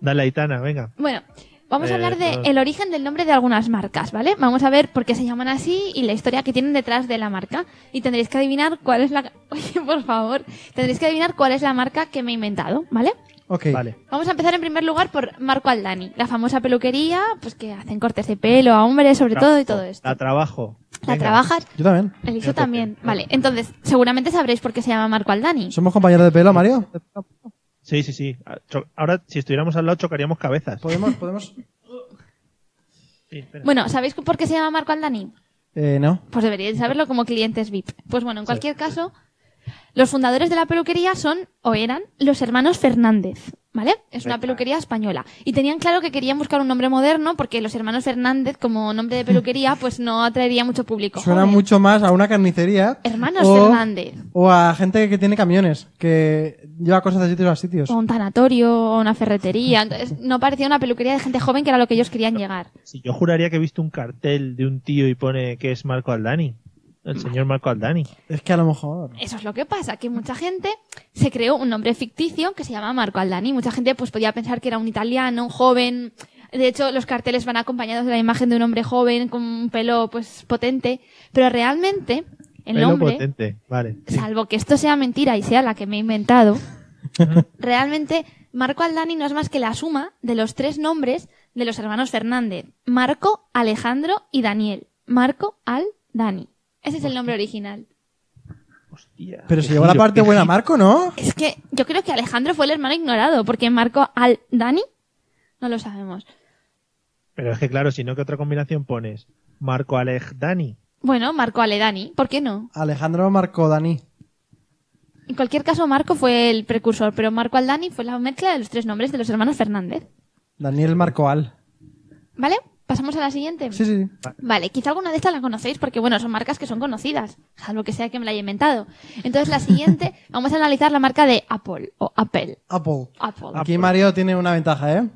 Speaker 1: dale, Aitana, venga.
Speaker 2: Bueno, vamos
Speaker 1: Eh,
Speaker 2: a hablar de
Speaker 1: todo.
Speaker 2: el origen del nombre de algunas marcas, ¿vale? Vamos a ver por qué se llaman así y la historia que tienen detrás de la marca. Y tendréis que adivinar cuál es la... Oye, por favor. Tendréis que adivinar cuál es la marca que me he inventado, ¿vale?
Speaker 4: Ok.
Speaker 1: Vale.
Speaker 2: Vamos a empezar en primer lugar por Marco Aldani, la famosa peluquería, pues que hacen cortes de pelo a hombres sobre todo y todo esto.
Speaker 1: La trabajo.
Speaker 2: La
Speaker 1: Venga.
Speaker 2: trabajas,
Speaker 4: Yo también.
Speaker 2: Eliseo
Speaker 1: Venga,
Speaker 2: también.
Speaker 1: toque.
Speaker 2: Vale, entonces seguramente sabréis por qué se llama Marco Aldani.
Speaker 4: ¿Somos compañeros de pelo, Mario?
Speaker 1: Sí, sí, sí. Ah, cho- Ahora, si estuviéramos al lado, chocaríamos cabezas.
Speaker 2: Pues
Speaker 4: ¿Podemos? podemos?
Speaker 1: Sí, espera.
Speaker 2: Bueno, ¿sabéis por qué se llama Marco Aldani?
Speaker 4: Eh, no.
Speaker 2: Pues deberíais saberlo como clientes VIP. Pues bueno, en cualquier caso, los fundadores de la peluquería son o eran los hermanos Fernández, ¿vale? Es una peluquería española. Y tenían claro que querían buscar un nombre moderno porque los hermanos Fernández como nombre de peluquería pues no atraería mucho público.
Speaker 4: Suena
Speaker 2: joven.
Speaker 4: mucho más a una carnicería.
Speaker 2: Hermanos
Speaker 4: o-
Speaker 2: Fernández.
Speaker 4: O a gente que tiene camiones, que lleva cosas de sitios a sitios.
Speaker 2: O un tanatorio, o una ferretería. Entonces, no parecía una peluquería de gente joven que era lo que ellos querían llegar.
Speaker 1: Si yo juraría que he visto un cartel de un tío y pone que es Marco Aldani. El señor Marco Aldani.
Speaker 4: Es que a lo mejor.
Speaker 2: Eso es lo que pasa, que mucha gente se creó un nombre ficticio que se llama Marco Aldani. Mucha gente pues podía pensar que era un italiano, un joven. De hecho, los carteles van acompañados de la imagen de un hombre joven con un pelo pues potente, pero realmente el
Speaker 1: Pelo
Speaker 2: nombre,
Speaker 1: potente. Vale. sí.
Speaker 2: salvo que esto sea mentira y sea la que me he inventado, realmente Marco Aldani no es más que la suma de los tres nombres de los hermanos Fernández, Marco, Alejandro y Daniel. Marco Aldani. Ese es el nombre original.
Speaker 1: Hostia,
Speaker 4: Pero
Speaker 1: qué
Speaker 4: se llevó la
Speaker 1: giro,
Speaker 4: parte
Speaker 1: qué
Speaker 4: buena,
Speaker 1: giro.
Speaker 4: Marco, ¿no?
Speaker 2: Es que yo creo que Alejandro fue el hermano ignorado, porque Marco al Dani no lo sabemos.
Speaker 1: Pero es que claro, si no, ¿qué otra combinación pones? Marco Alej Dani.
Speaker 2: Bueno, Marco Ale Dani, ¿por qué no?
Speaker 4: Alejandro Marco Dani.
Speaker 2: En cualquier caso, Marco fue el precursor, pero Marco al Dani fue la mezcla de los tres nombres de los hermanos Fernández.
Speaker 4: Daniel Marco Al.
Speaker 2: ¿Vale? ¿Pasamos a la siguiente?
Speaker 4: Sí, sí.
Speaker 2: Vale, quizá alguna de estas la conocéis porque, bueno, son marcas que son conocidas, salvo que sea que me la haya inventado. Entonces, la siguiente, vamos a analizar la marca de Apple, o Apple.
Speaker 4: Apple.
Speaker 2: Apple.
Speaker 4: Aquí Mario tiene una ventaja, ¿eh?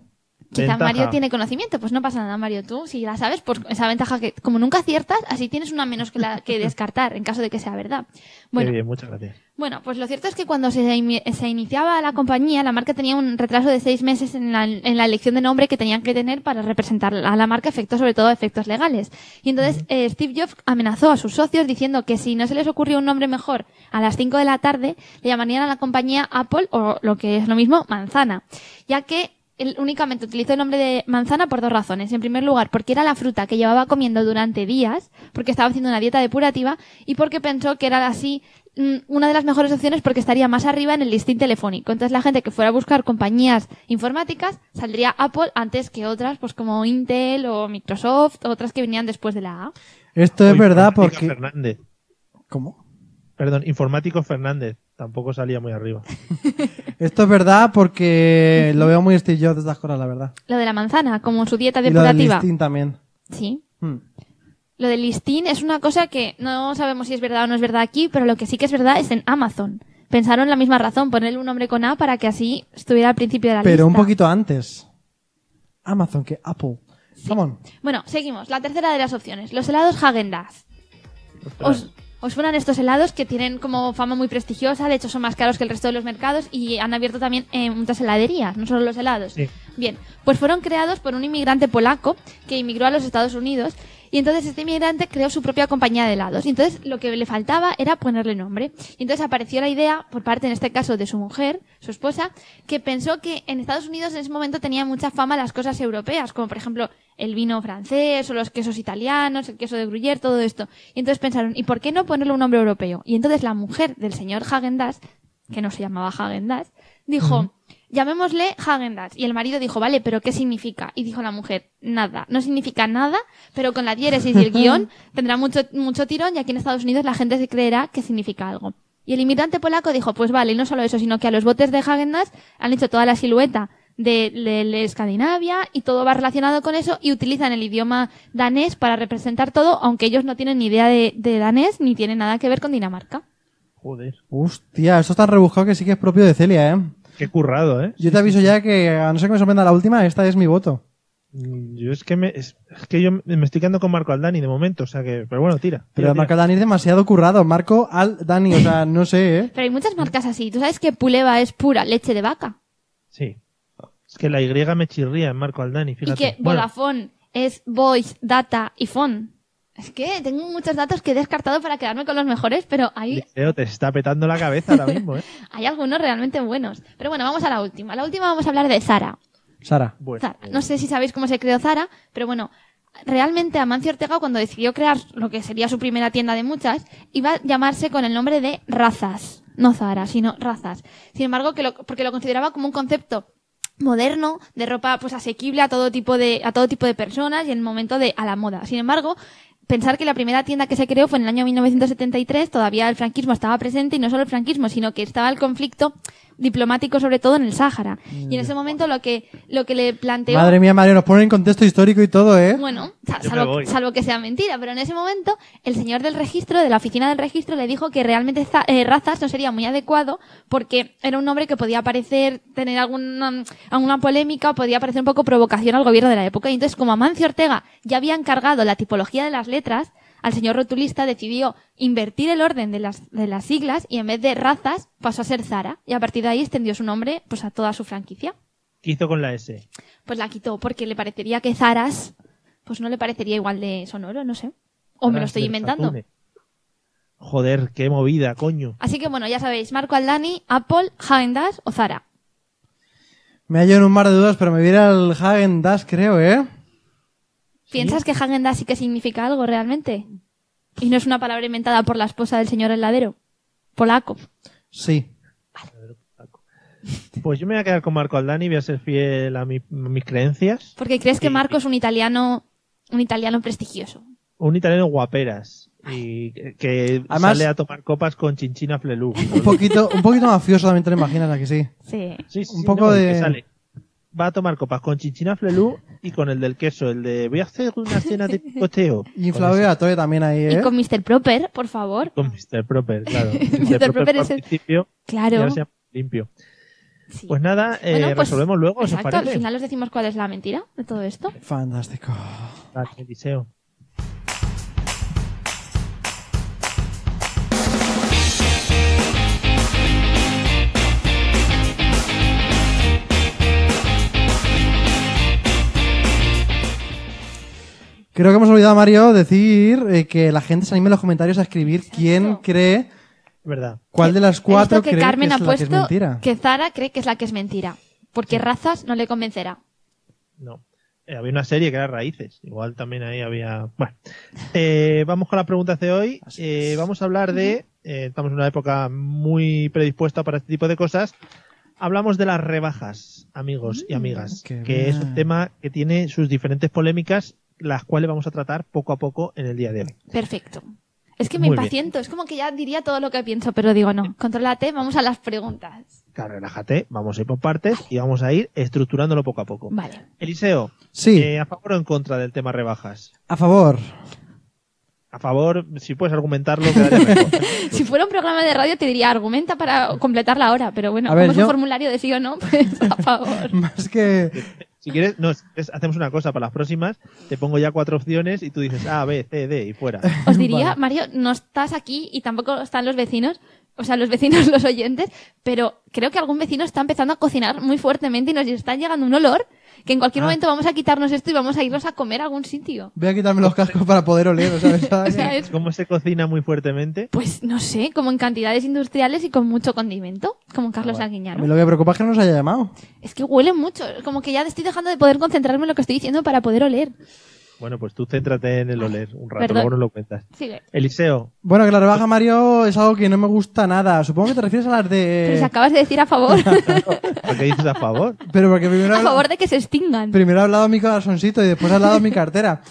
Speaker 2: Quizá
Speaker 1: Ventaja.
Speaker 2: Mario tiene conocimiento, pues no pasa nada, Mario. Tú, si la sabes, pues esa ventaja que, como nunca aciertas, así tienes una menos que, la, que descartar, en caso de que sea verdad.
Speaker 1: Qué
Speaker 2: Bueno,
Speaker 1: bien, muchas gracias.
Speaker 2: bueno, pues lo cierto es que cuando se, imi- se iniciaba la compañía, la marca tenía un retraso de seis meses en la, en la elección de nombre que tenían que tener para representar a la marca efectos, sobre todo efectos legales. Y entonces eh, Steve Jobs amenazó a sus socios diciendo que si no se les ocurría un nombre mejor a las 5 de la tarde, le llamarían a la compañía Apple o lo que es lo mismo, Manzana, ya que él únicamente utilizó el nombre de manzana por dos razones. En primer lugar, porque era la fruta que llevaba comiendo durante días, porque estaba haciendo una dieta depurativa y porque pensó que era así mm, una de las mejores opciones porque estaría más arriba en el listín telefónico. Entonces la gente que fuera a buscar compañías informáticas saldría Apple antes que otras, pues como Intel o Microsoft, otras que venían después de la A.
Speaker 4: Esto es
Speaker 1: Uy,
Speaker 4: verdad
Speaker 1: Informática
Speaker 4: porque...
Speaker 1: Fernández.
Speaker 4: ¿Cómo?
Speaker 1: Perdón, informático Fernández. Tampoco salía muy arriba.
Speaker 4: Esto es verdad porque lo veo muy Steve Jobs de estas cosas, la verdad.
Speaker 2: Lo de la manzana, como su dieta
Speaker 4: Y lo del
Speaker 2: depurativa.
Speaker 4: listing también.
Speaker 2: Sí.
Speaker 4: Hmm.
Speaker 2: Lo del listín es una cosa que no sabemos si es verdad o no es verdad aquí, pero lo que sí que es verdad es en Amazon. Pensaron la misma razón, ponerle un nombre con A para que así estuviera al principio de la lista.
Speaker 4: Pero un poquito antes. Amazon que Apple. Come on.
Speaker 2: Bueno, seguimos. La tercera de las opciones. Los helados Häagen-Dazs. ¿Os, os suenan estos helados que tienen como fama muy prestigiosa? De hecho, son más caros que el resto de los mercados y han abierto también eh, muchas heladerías, no solo los helados.
Speaker 1: Sí.
Speaker 2: Bien, pues fueron creados por un inmigrante polaco que inmigró a los Estados Unidos y entonces este inmigrante creó su propia compañía de helados. Y entonces lo que le faltaba era ponerle nombre. Y entonces apareció la idea, por parte en este caso de su mujer, su esposa, que pensó que en Estados Unidos en ese momento tenía mucha fama las cosas europeas, como por ejemplo el vino francés o los quesos italianos, el queso de Gruyère, todo esto. Y entonces pensaron, ¿y por qué no ponerle un nombre europeo? Y entonces la mujer del señor Hagendaz, que no se llamaba Hagendaz, dijo, llamémosle Hagendaz. Y el marido dijo, vale, pero ¿qué significa? Y dijo la mujer, nada. No significa nada, pero con la diéresis y el guión tendrá mucho, mucho tirón y aquí en Estados Unidos la gente se creerá que significa algo. Y el inmigrante polaco dijo, pues vale, y no solo eso, sino que a los botes de Hagendaz han hecho toda la silueta de, de- de Escandinavia y todo va relacionado con eso y utilizan el idioma danés para representar todo, aunque ellos no tienen ni idea de, de danés ni tienen nada que ver con Dinamarca.
Speaker 1: Joder.
Speaker 4: Hostia, esto está rebuscado que sí que es propio de Celia, ¿eh?
Speaker 1: Qué currado, ¿eh?
Speaker 4: Yo te aviso ya que, a no ser que me sorprenda la última, esta es mi voto.
Speaker 1: Mm, Yo es que me, es, es que yo me estoy quedando con Marco Aldani de momento, o sea que, pero bueno, tira.
Speaker 4: Pero
Speaker 1: tira,
Speaker 4: Marco
Speaker 1: tira.
Speaker 4: Dani es demasiado currado. Marco al Dani, o sea, no sé, ¿eh?
Speaker 2: Pero hay muchas marcas así. ¿Tú sabes que Puleva es pura leche de vaca?
Speaker 1: Sí. Es que la Y me chirría en Marco Aldani, fíjate.
Speaker 2: Y que
Speaker 1: Bueno,
Speaker 2: Vodafone es voice, data y phone. Es que tengo muchos datos que he descartado para quedarme con los mejores, pero hay,
Speaker 1: Liceo, te está petando la cabeza ahora mismo, ¿eh?
Speaker 2: hay algunos realmente buenos. Pero bueno, vamos a la última. La última vamos a hablar de Zara.
Speaker 4: Sara.
Speaker 1: Bueno,
Speaker 2: Zara. No sé si sabéis cómo se creó Zara, pero bueno, realmente Amancio Ortega cuando decidió crear lo que sería su primera tienda de muchas, iba a llamarse con el nombre de Razas. No Zara, sino Razas. Sin embargo, que lo- porque lo consideraba como un concepto moderno, de ropa pues asequible a todo tipo de, a todo tipo de personas y en el momento de a la moda. Sin embargo, pensar que la primera tienda que se creó fue en el año 1973, todavía el franquismo estaba presente y no solo el franquismo, sino que estaba el conflicto diplomático sobre todo en el Sáhara. Y en ese momento lo que, lo que le planteó...
Speaker 4: Madre mía, Mario, nos ponen en contexto histórico y todo, ¿eh?
Speaker 2: Bueno, sa-
Speaker 1: Yo me
Speaker 2: salvo,
Speaker 1: voy.
Speaker 2: salvo que sea mentira, pero en ese momento el señor del registro, de la oficina del registro, le dijo que realmente za- eh, razas no sería muy adecuado porque era un nombre que podía parecer tener alguna, mm, alguna polémica, podía parecer un poco provocación al gobierno de la época. Y entonces, como Amancio Ortega ya había encargado la tipología de las letras, al señor rotulista decidió invertir el orden de las, de las siglas y en vez de razas pasó a ser Zara. Y a partir de ahí extendió su nombre pues a toda su franquicia
Speaker 1: ¿qué hizo con la S?
Speaker 2: pues la quitó porque le parecería que Zaras, pues no le parecería igual de sonoro, no sé. O me lo
Speaker 1: Tras
Speaker 2: estoy
Speaker 1: del
Speaker 2: inventando.
Speaker 1: Satune. Joder, qué movida, coño.
Speaker 2: Así que bueno, ya sabéis, Marco Aldani, Apple, Hagendas o Zara.
Speaker 4: Me hallo en un mar de dudas, pero me viera el Hagen Dash, creo, ¿eh?
Speaker 2: ¿Piensas que Hagendas sí que significa algo realmente? Y no es una palabra inventada por la esposa del señor heladero. Polaco.
Speaker 4: Sí.
Speaker 1: Pues yo me voy a quedar con Marco Aldani, voy a ser fiel a, mi- a mis creencias.
Speaker 2: Porque crees que
Speaker 1: Sí.
Speaker 2: Marco es un italiano, un italiano prestigioso.
Speaker 1: Un italiano guaperas. Y que- que
Speaker 4: Además-
Speaker 1: sale a tomar copas con Chinchina Flelú.
Speaker 4: Un poquito, un poquito mafioso también te lo imaginas, aquí sí.
Speaker 2: Sí.
Speaker 1: Sí, sí,
Speaker 4: Un
Speaker 1: sí,
Speaker 4: poco
Speaker 1: no, y
Speaker 4: de-
Speaker 1: que sale. Va a tomar copas con Chinchina Flelú y con el del queso, el de voy a hacer una cena de picoteo.
Speaker 4: Inflado
Speaker 1: Con ese-
Speaker 4: aleatorio también ahí,
Speaker 2: Y
Speaker 4: ¿eh?
Speaker 2: con Mr. Proper, por favor.
Speaker 1: Con Mr. Proper, claro.
Speaker 2: Mr.
Speaker 1: al
Speaker 2: Proper es el-
Speaker 1: principio, y
Speaker 2: Claro.
Speaker 1: ahora se llama limpio.
Speaker 2: Sí.
Speaker 1: Pues nada, eh,
Speaker 2: Bueno, pues,
Speaker 1: resolvemos luego, ¿os
Speaker 2: Exacto, al
Speaker 1: parece?
Speaker 2: final os decimos cuál es la mentira de todo esto.
Speaker 4: Fantástico.
Speaker 1: Vale, Ah, Eliseo.
Speaker 4: Creo que hemos olvidado, Mario, decir eh, que la gente se anime en los comentarios a escribir quién cree
Speaker 1: Es verdad.
Speaker 4: cuál de las cuatro
Speaker 2: Esto que
Speaker 4: cree
Speaker 2: Carmen
Speaker 4: que
Speaker 2: ha
Speaker 4: es la que
Speaker 2: puesto
Speaker 4: es mentira.
Speaker 2: que Zara cree que es la que es mentira. Porque razas no le convencerá.
Speaker 1: No. Eh, había una serie que era Raíces. Igual también ahí había. Bueno. Eh, vamos con las preguntas de hoy.
Speaker 4: Así
Speaker 1: Eh,
Speaker 4: es.
Speaker 1: vamos a hablar de. eh, estamos en una época muy predispuesta para este tipo de cosas. Hablamos de las rebajas, amigos
Speaker 2: Mm,
Speaker 1: y amigas,
Speaker 4: qué
Speaker 1: que es un
Speaker 4: bien.
Speaker 1: tema que tiene sus diferentes polémicas, las cuales vamos a tratar poco a poco en el día de hoy.
Speaker 2: Perfecto. Es que me
Speaker 1: Muy bien.
Speaker 2: impaciento, es como que ya diría todo lo que pienso, pero digo no. Contrólate, vamos a las preguntas.
Speaker 1: Claro, relájate, vamos a ir por partes y vamos a ir estructurándolo poco a poco.
Speaker 2: Vale.
Speaker 1: Eliseo,
Speaker 4: Sí,
Speaker 1: eh, ¿a favor o en contra del tema rebajas?
Speaker 4: a favor.
Speaker 1: A favor, si puedes argumentarlo, quedaría mejor.
Speaker 2: Si fuera un programa de radio te diría argumenta para completar la hora, pero bueno,
Speaker 4: A ver,
Speaker 2: como es un
Speaker 4: yo-
Speaker 2: formulario de sí o no, pues a favor.
Speaker 4: Más que...
Speaker 1: Si quieres, no, si quieres, hacemos una cosa para las próximas. Te pongo ya cuatro opciones y tú dices A, B, C, D y fuera.
Speaker 2: Os diría,
Speaker 4: Vale.
Speaker 2: Mario, no estás aquí y tampoco están los vecinos, o sea, los vecinos, los oyentes, pero creo que algún vecino está empezando a cocinar muy fuertemente y nos está llegando un olor que en cualquier
Speaker 1: Ah.
Speaker 2: momento vamos a quitarnos esto y vamos a irnos a comer a algún sitio.
Speaker 4: Voy a quitarme los cascos para poder oler, ¿sabes?
Speaker 2: O sea, es-
Speaker 1: ¿Cómo se cocina muy fuertemente?
Speaker 2: pues no sé, como en cantidades industriales y con mucho condimento, como Carlos
Speaker 4: A
Speaker 2: Arguiñano.
Speaker 4: mí lo que me preocupa es que no nos haya llamado.
Speaker 2: Es que huele mucho, como que ya estoy dejando de poder concentrarme en lo que estoy diciendo para poder oler.
Speaker 1: Bueno, pues tú céntrate en el oler un rato,
Speaker 2: Perdón.
Speaker 1: luego nos lo cuentas.
Speaker 4: Eh.
Speaker 2: Sigue.
Speaker 1: Eliseo,
Speaker 4: Bueno, que la rebaja, Mario, es algo que no me gusta nada. Supongo que te refieres a las
Speaker 2: Pero si
Speaker 4: de...
Speaker 2: acabas de decir a favor,
Speaker 1: ¿por qué dices a favor?
Speaker 4: Pero porque primero...
Speaker 2: a
Speaker 4: habla-
Speaker 2: favor de que se extingan.
Speaker 4: Primero ha hablado mi corazoncito y después ha hablado mi cartera.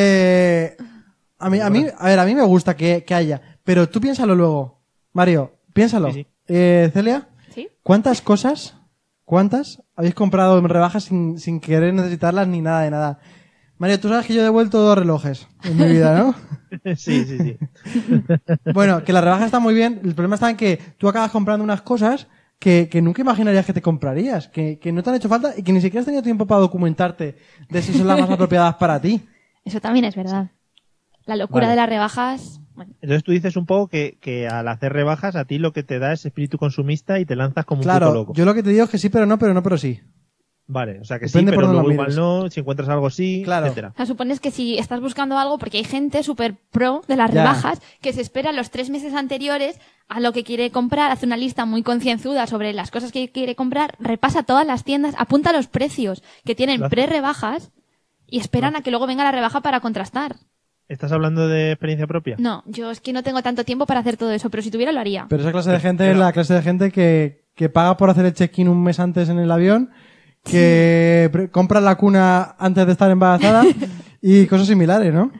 Speaker 4: Eh, a, mí, a, mí, a ver, a mí me gusta que, que haya. Pero tú piénsalo luego. Mario, piénsalo.
Speaker 1: Sí, sí.
Speaker 4: Eh, Celia,
Speaker 2: ¿Sí?
Speaker 4: ¿cuántas cosas, cuántas habéis comprado en rebajas sin, sin querer necesitarlas ni nada de nada? Mario, tú sabes que yo he devuelto dos relojes en mi vida, ¿no?
Speaker 1: sí, sí, sí.
Speaker 4: Bueno, que la rebaja está muy bien. El problema está en que tú acabas comprando unas cosas que, que nunca imaginarías que te comprarías, que, que no te han hecho falta y que ni siquiera has tenido tiempo para documentarte de si son las más apropiadas para ti.
Speaker 2: Eso también es verdad. La locura
Speaker 1: Vale.
Speaker 2: de las rebajas. Bueno,
Speaker 1: Entonces tú dices un poco que, que al hacer rebajas a ti lo que te da es espíritu consumista y te lanzas como un puto
Speaker 4: Claro,
Speaker 1: loco.
Speaker 4: yo lo que te digo es que sí, pero no, pero no, pero sí.
Speaker 1: Vale, o sea que sí,
Speaker 4: Depende por
Speaker 1: pero
Speaker 4: dónde lo
Speaker 1: luego igual
Speaker 4: mires.
Speaker 1: no, si encuentras algo sí,
Speaker 4: Claro.
Speaker 1: etcétera.
Speaker 2: o sea, supones que si estás buscando algo, porque hay gente súper pro de las
Speaker 4: Ya.
Speaker 2: rebajas que se espera los tres meses anteriores a lo que quiere comprar, hace una lista muy concienzuda sobre las cosas que quiere comprar, repasa todas las tiendas, apunta los precios que tienen
Speaker 1: Lo hace.
Speaker 2: pre-rebajas y esperan a que luego venga la rebaja para contrastar.
Speaker 1: ¿Estás hablando de experiencia propia?
Speaker 2: No, yo es que no tengo tanto tiempo para hacer todo eso, pero si tuviera lo haría.
Speaker 4: Pero esa clase de gente es la clase de gente que, que paga por hacer el check-in un mes antes en el avión, que pre- compra la cuna antes de estar embarazada y cosas similares, ¿no?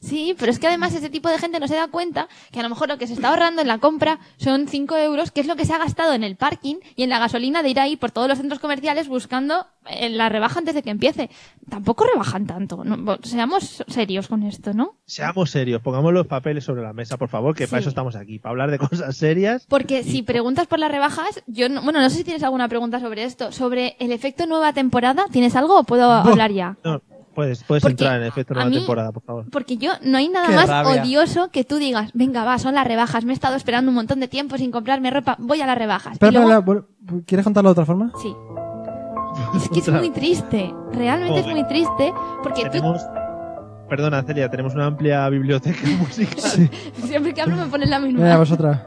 Speaker 2: Sí, pero es que además ese tipo de gente no se da cuenta que a lo mejor lo que se está ahorrando en la compra son 5 euros, que es lo que se ha gastado en el parking y en la gasolina de ir ahí por todos los centros comerciales buscando eh, la rebaja antes de que empiece. Tampoco rebajan tanto. no, bo- seamos serios con esto, ¿no?
Speaker 1: Seamos serios, pongamos los papeles sobre la mesa, por favor, que para
Speaker 2: Sí.
Speaker 1: eso estamos aquí, para hablar de cosas serias.
Speaker 2: Porque si preguntas por las rebajas, yo no, bueno, no sé si tienes alguna pregunta sobre esto. Sobre el efecto nueva temporada, ¿tienes algo o puedo hablar ya?
Speaker 1: No, puedes, puedes
Speaker 2: Porque
Speaker 1: entrar en efecto
Speaker 2: a
Speaker 1: nueva
Speaker 2: mí-
Speaker 1: temporada, por favor.
Speaker 2: Porque yo no hay nada
Speaker 4: Qué
Speaker 2: más
Speaker 4: rabia.
Speaker 2: odioso que tú digas, venga, va, son las rebajas, me he estado esperando un montón de tiempo sin comprarme ropa, voy a las rebajas. Y
Speaker 4: Espera,
Speaker 2: luego-
Speaker 4: espera, espera, ¿Quieres contarlo de otra forma?
Speaker 2: Sí. Es que es muy triste, realmente es
Speaker 1: Joder.
Speaker 2: muy triste, porque tú
Speaker 1: Tenemos, perdona, Celia, tenemos una amplia biblioteca musical.
Speaker 2: siempre que hablo me pones la
Speaker 4: Mira,
Speaker 2: misma.
Speaker 4: vosotras.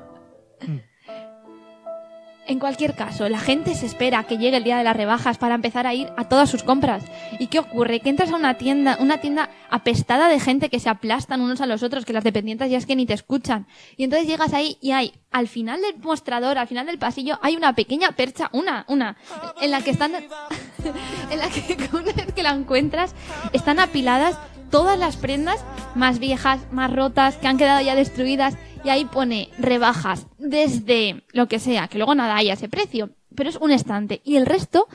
Speaker 2: En cualquier caso, la gente se espera que llegue el día de las rebajas para empezar a ir a todas sus compras. ¿Y qué ocurre? Que entras a una tienda, una tienda apestada de gente que se aplastan unos a los otros, que las dependientes ya es que ni te escuchan. Y entonces llegas ahí y hay, al final del mostrador, al final del pasillo, hay una pequeña percha, una, una, en la que están, en la que una vez que la encuentras, están apiladas todas las prendas más viejas, más rotas, que han quedado ya destruidas, y ahí pone rebajas desde lo que sea, que luego nada haya ese precio, pero es un estante. Y el resto,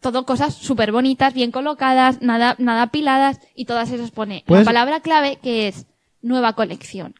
Speaker 2: todo cosas súper bonitas, bien colocadas, nada, nada apiladas, y todas esas pone la
Speaker 4: Puedes-
Speaker 2: palabra clave que es nueva colección.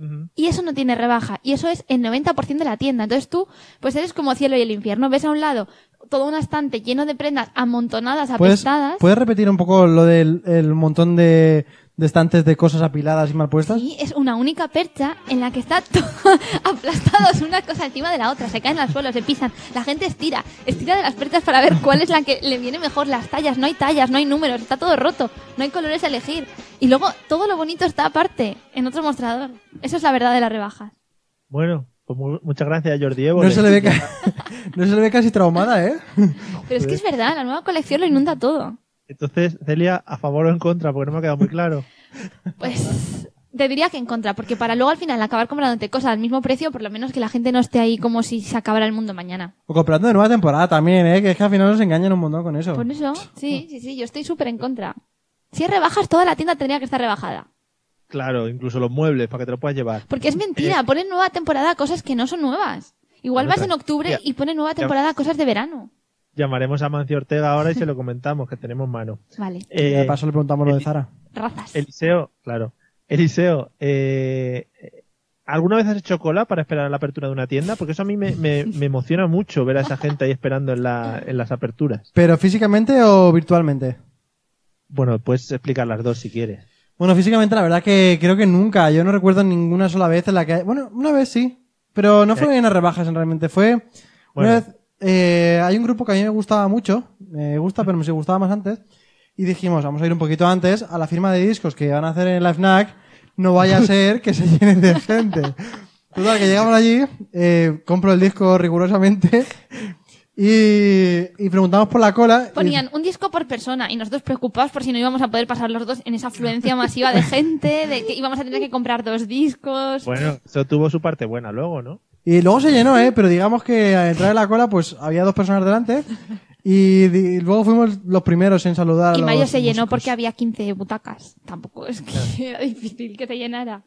Speaker 1: Ujú.
Speaker 2: Y eso no tiene rebaja. Y eso es el 90% de la tienda. Entonces tú, pues eres como cielo y el infierno. Ves a un lado todo un estante lleno de prendas amontonadas,
Speaker 4: ¿Puedes,
Speaker 2: apestadas.
Speaker 4: puedes repetir un poco lo del el montón de, de estantes de cosas apiladas y mal puestas?
Speaker 2: Sí, es una única percha en la que está todo aplastados una cosa encima de la otra, se caen al suelo, se pisan, la gente estira, estira de las perchas para ver cuál es la que le viene mejor, las tallas, no hay tallas, no hay números, está todo roto, no hay colores a elegir. Y luego todo lo bonito está aparte, en otro mostrador. Eso es la verdad de las rebajas.
Speaker 1: Bueno, pues mu- muchas gracias, Jordi Évole.
Speaker 4: No se, le ve ca- no se le ve casi traumada, ¿eh?
Speaker 2: Pero es que es verdad, la nueva colección lo inunda todo.
Speaker 1: Entonces, Celia, ¿a favor o en contra? Porque no me ha quedado muy claro.
Speaker 2: Pues te diría que en contra, porque para luego al final acabar comprándote cosas al mismo precio, por lo menos que la gente no esté ahí como si se acabara el mundo mañana.
Speaker 4: O comprando de nueva temporada también, ¿eh? Que es que al final nos engañan un montón con eso.
Speaker 2: Por eso, sí, sí, sí, yo estoy súper en contra. Si es rebajas, toda la tienda tendría que estar rebajada.
Speaker 1: Claro, incluso los muebles, para que te lo puedas llevar.
Speaker 2: Porque es
Speaker 1: eh.
Speaker 2: mentira, ponen nueva temporada cosas que no son nuevas. Igual
Speaker 1: Bueno,
Speaker 2: vas en
Speaker 1: tras-
Speaker 2: octubre
Speaker 1: ya.
Speaker 2: y ponen nueva
Speaker 1: Ya.
Speaker 2: temporada cosas de verano.
Speaker 1: Llamaremos a Mancio Ortega ahora y se lo comentamos, que tenemos mano.
Speaker 2: Vale,
Speaker 4: Y de
Speaker 1: Eh,
Speaker 4: paso le preguntamos lo de Zara.
Speaker 2: razas.
Speaker 1: Eliseo, claro. Eliseo, eh, ¿alguna vez has hecho cola para esperar a la apertura de una tienda? Porque eso a mí me, me- me emociona mucho ver a esa gente ahí esperando en, la- en las aperturas.
Speaker 4: ¿Pero físicamente o virtualmente?
Speaker 1: Bueno, puedes explicar las dos si quieres.
Speaker 4: Bueno, físicamente la verdad que creo que nunca. Yo no recuerdo ninguna sola vez en la que... Bueno, una vez sí. Pero no fue en las rebajas, en realmente. Fue
Speaker 1: Bueno.
Speaker 4: una vez... eh, hay un grupo que a mí me gustaba mucho. Me gusta, pero me gustaba más antes. Y dijimos, vamos a ir un poquito antes a la firma de discos que van a hacer en la FNAC. No vaya a ser que se llene de gente. Total, que llegamos allí, eh, compro el disco rigurosamente y, y preguntamos por la cola. y-
Speaker 2: Ponían un disco por persona y nosotros preocupados por si no íbamos a poder pasar los dos en esa afluencia masiva de gente, de que íbamos a tener que comprar dos discos.
Speaker 1: Bueno, eso tuvo su parte buena luego, ¿no?
Speaker 4: Y luego se llenó, ¿eh? Pero digamos que al entrar en la cola, pues había dos personas delante. Y, di- y luego fuimos los primeros en saludar. a
Speaker 2: y
Speaker 4: los
Speaker 2: Mayo se llenó
Speaker 4: músicos.
Speaker 2: porque había 15 butacas. Tampoco es que era difícil que te llenara.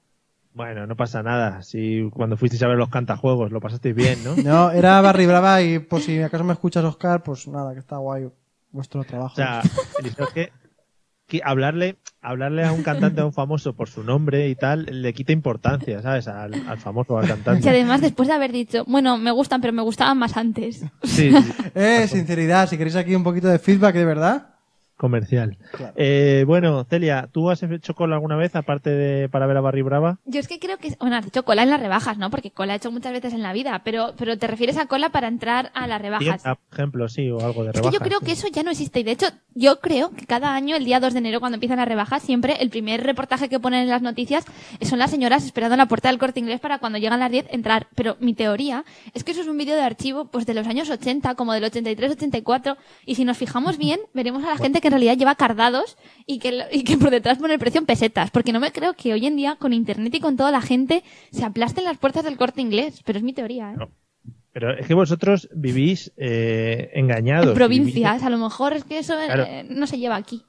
Speaker 1: Bueno, no pasa nada. Si cuando fuisteis a ver los cantajuegos lo pasasteis bien, ¿no?
Speaker 4: No, era Barry Brava y por si acaso me escuchas, Oscar, pues nada, que está guay vuestro trabajo.
Speaker 1: O sea, Eliseo, es que, que hablarle, hablarle a un cantante, a un famoso por su nombre y tal, le quita importancia, ¿sabes? Al, al famoso, al
Speaker 2: Y
Speaker 1: cantante.
Speaker 2: además, después de haber dicho, bueno, me gustan, pero me gustaban más antes.
Speaker 1: Sí, sí.
Speaker 4: Eh, sinceridad, si queréis aquí un poquito de feedback de verdad.
Speaker 1: comercial. Eh, bueno, Celia, ¿tú has hecho cola alguna vez aparte de para ver a Barry Brava?
Speaker 2: Yo es que creo que, bueno, has dicho cola en las rebajas, ¿no? Porque cola he hecho muchas veces en la vida, pero, pero te refieres a cola para entrar a las rebajas.
Speaker 1: Tienda, por ejemplo, sí, o algo de
Speaker 2: Es que
Speaker 1: rebajas.
Speaker 2: yo creo
Speaker 1: sí.
Speaker 2: que eso ya no existe. Y de hecho, yo creo que cada año, el día 2 de enero, cuando empiezan las rebajas, siempre el primer reportaje que ponen en las noticias son las señoras esperando en la puerta del corte inglés para cuando llegan las 10 entrar. Pero mi teoría es que eso es un vídeo de archivo pues de los años 80, como del 83, 84. Y si nos fijamos bien, veremos a la gente que en realidad lleva cardados y que, lo- y que por detrás pone el precio en pesetas. Porque no me creo que hoy en día, con internet y con toda la gente, se aplasten las puertas del corte inglés. Pero es mi teoría, ¿eh?
Speaker 1: No, Pero es que vosotros vivís eh, engañados.
Speaker 2: En provincias, a lo mejor es que eso eh,
Speaker 1: Claro.
Speaker 2: no se lleva aquí.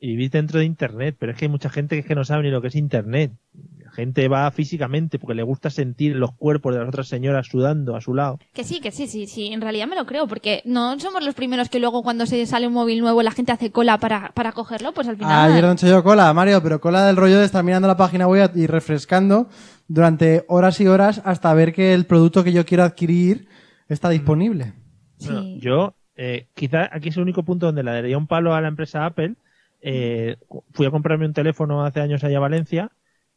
Speaker 1: Y vivís dentro de Internet, pero es que hay mucha gente que, es que no sabe ni lo que es Internet. La gente va físicamente porque le gusta sentir los cuerpos de las otras señoras sudando a su lado.
Speaker 2: Que sí, que sí, sí, sí. En realidad me lo creo, porque no somos los primeros que luego cuando se sale un móvil nuevo la gente hace cola para, para cogerlo, pues al final.
Speaker 4: Ayer no he hecho Ah, yo cola, Mario, pero cola del rollo de estar mirando la página web y refrescando durante horas y horas hasta ver que el producto que yo quiero adquirir está disponible.
Speaker 2: Sí.
Speaker 1: Bueno, yo, eh, quizá aquí es el único punto donde le daría un palo a la empresa Apple. Eh, cu- fui a comprarme un teléfono hace años allá a Valencia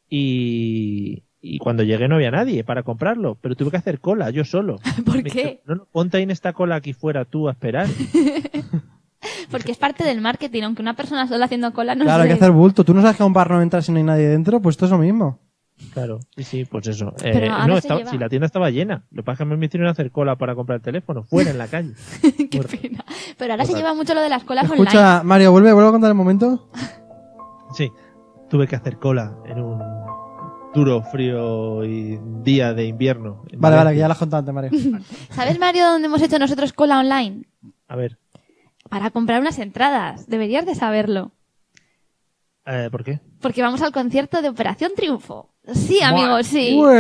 Speaker 1: y, y cuando llegué no había nadie para comprarlo, pero tuve que hacer cola yo solo.
Speaker 2: ¿Por
Speaker 1: Me
Speaker 2: qué?
Speaker 1: dijo, no, no, ponte ahí en esta cola aquí fuera tú a esperar.
Speaker 2: Porque es parte del marketing, aunque una persona sola haciendo cola no
Speaker 4: claro, hay
Speaker 2: sé.
Speaker 4: que hacer bulto. Tú no sabes que a un bar no entras si no hay nadie dentro, pues esto es lo mismo.
Speaker 1: Claro, sí, sí, pues eso.
Speaker 2: Pero
Speaker 1: Eh,
Speaker 2: ahora
Speaker 1: no,
Speaker 2: se
Speaker 1: estaba-
Speaker 2: lleva.
Speaker 1: si la tienda estaba llena, lo que pasa es que me hicieron hacer cola para comprar el teléfono, fuera en la calle.
Speaker 2: Qué
Speaker 1: Bueno,
Speaker 2: pena. Pero ahora se
Speaker 1: Total.
Speaker 2: lleva mucho lo de las colas online.
Speaker 4: Escucha, Mario, vuelve, vuelve a contar el momento.
Speaker 1: Sí, tuve que hacer cola en un duro, frío y día de invierno. en
Speaker 4: Vale, vale, que
Speaker 1: Valencia.
Speaker 4: ya la has contado antes, Mario.
Speaker 2: ¿Sabes, Mario, dónde hemos hecho nosotros cola online?
Speaker 1: A ver,
Speaker 2: Para comprar unas entradas. Deberías de saberlo.
Speaker 1: eh, ¿por qué?
Speaker 2: Porque vamos al concierto de Operación Triunfo. Sí, amigo, sí.
Speaker 4: Bueno.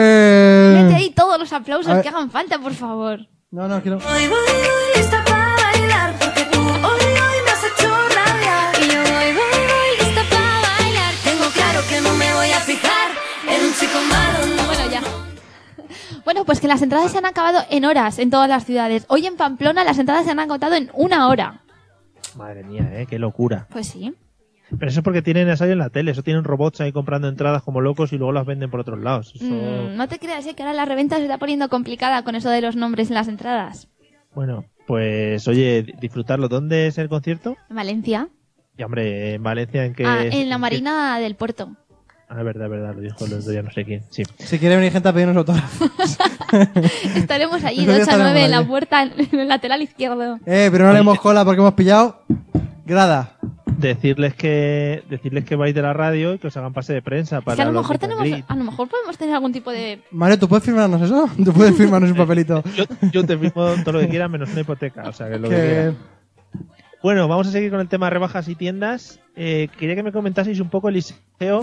Speaker 2: Mete ahí todos los aplausos
Speaker 4: A ver.
Speaker 2: que hagan falta, por favor.
Speaker 4: No, no, quiero.
Speaker 6: Hoy voy, voy lista para bailar porque tú hoy, hoy me has hecho rabiar. Y yo hoy voy, voy lista para bailar. Tengo claro que no me voy a fijar en un chico malo, no
Speaker 2: Bueno, pues que las entradas se han acabado en horas en todas las ciudades. Hoy en Pamplona las entradas se han agotado en una hora.
Speaker 1: Madre mía, ¿eh? qué locura.
Speaker 2: Pues sí.
Speaker 1: Pero eso es porque tienen eso ahí en la tele, eso tienen robots ahí comprando entradas como locos y luego las venden por otros lados. Eso-
Speaker 2: Mm, no te creas eh, que ahora la reventa se está poniendo complicada con eso de los nombres en las entradas.
Speaker 1: Bueno, pues oye, di- disfrutarlo. ¿Dónde es el concierto?
Speaker 2: En Valencia.
Speaker 1: Y hombre, en Valencia, ¿en qué?
Speaker 2: Ah, en la
Speaker 1: qué-
Speaker 2: Marina del Puerto.
Speaker 1: Ah, verdad, verdad, lo dijo el otro día, no sé quién. Sí.
Speaker 4: Si quiere venir gente a pedirnos autógrafos.
Speaker 2: Estaremos allí
Speaker 4: Creo
Speaker 2: de 8 a
Speaker 4: que estaremos
Speaker 2: 9 en la
Speaker 4: allí.
Speaker 2: puerta, en el lateral izquierdo.
Speaker 4: Eh, pero no le hemos cola porque hemos pillado grada.
Speaker 1: Decirles que decirles que vais de la radio y que os hagan pase de prensa para
Speaker 2: Es que a lo
Speaker 1: los
Speaker 2: mejor
Speaker 1: meet and
Speaker 2: tenemos,
Speaker 1: greet.
Speaker 2: a lo mejor podemos tener algún tipo de
Speaker 4: Mario, ¿tú puedes firmarnos eso? ¿Tú puedes firmarnos un papelito?
Speaker 1: Yo, yo te firmo todo lo que quieras menos una hipoteca, o sea, que es lo que quieras.
Speaker 4: Que-
Speaker 1: Bueno, vamos a seguir con el tema de rebajas y tiendas. Eh, quería que me comentaseis un poco, Eliseo,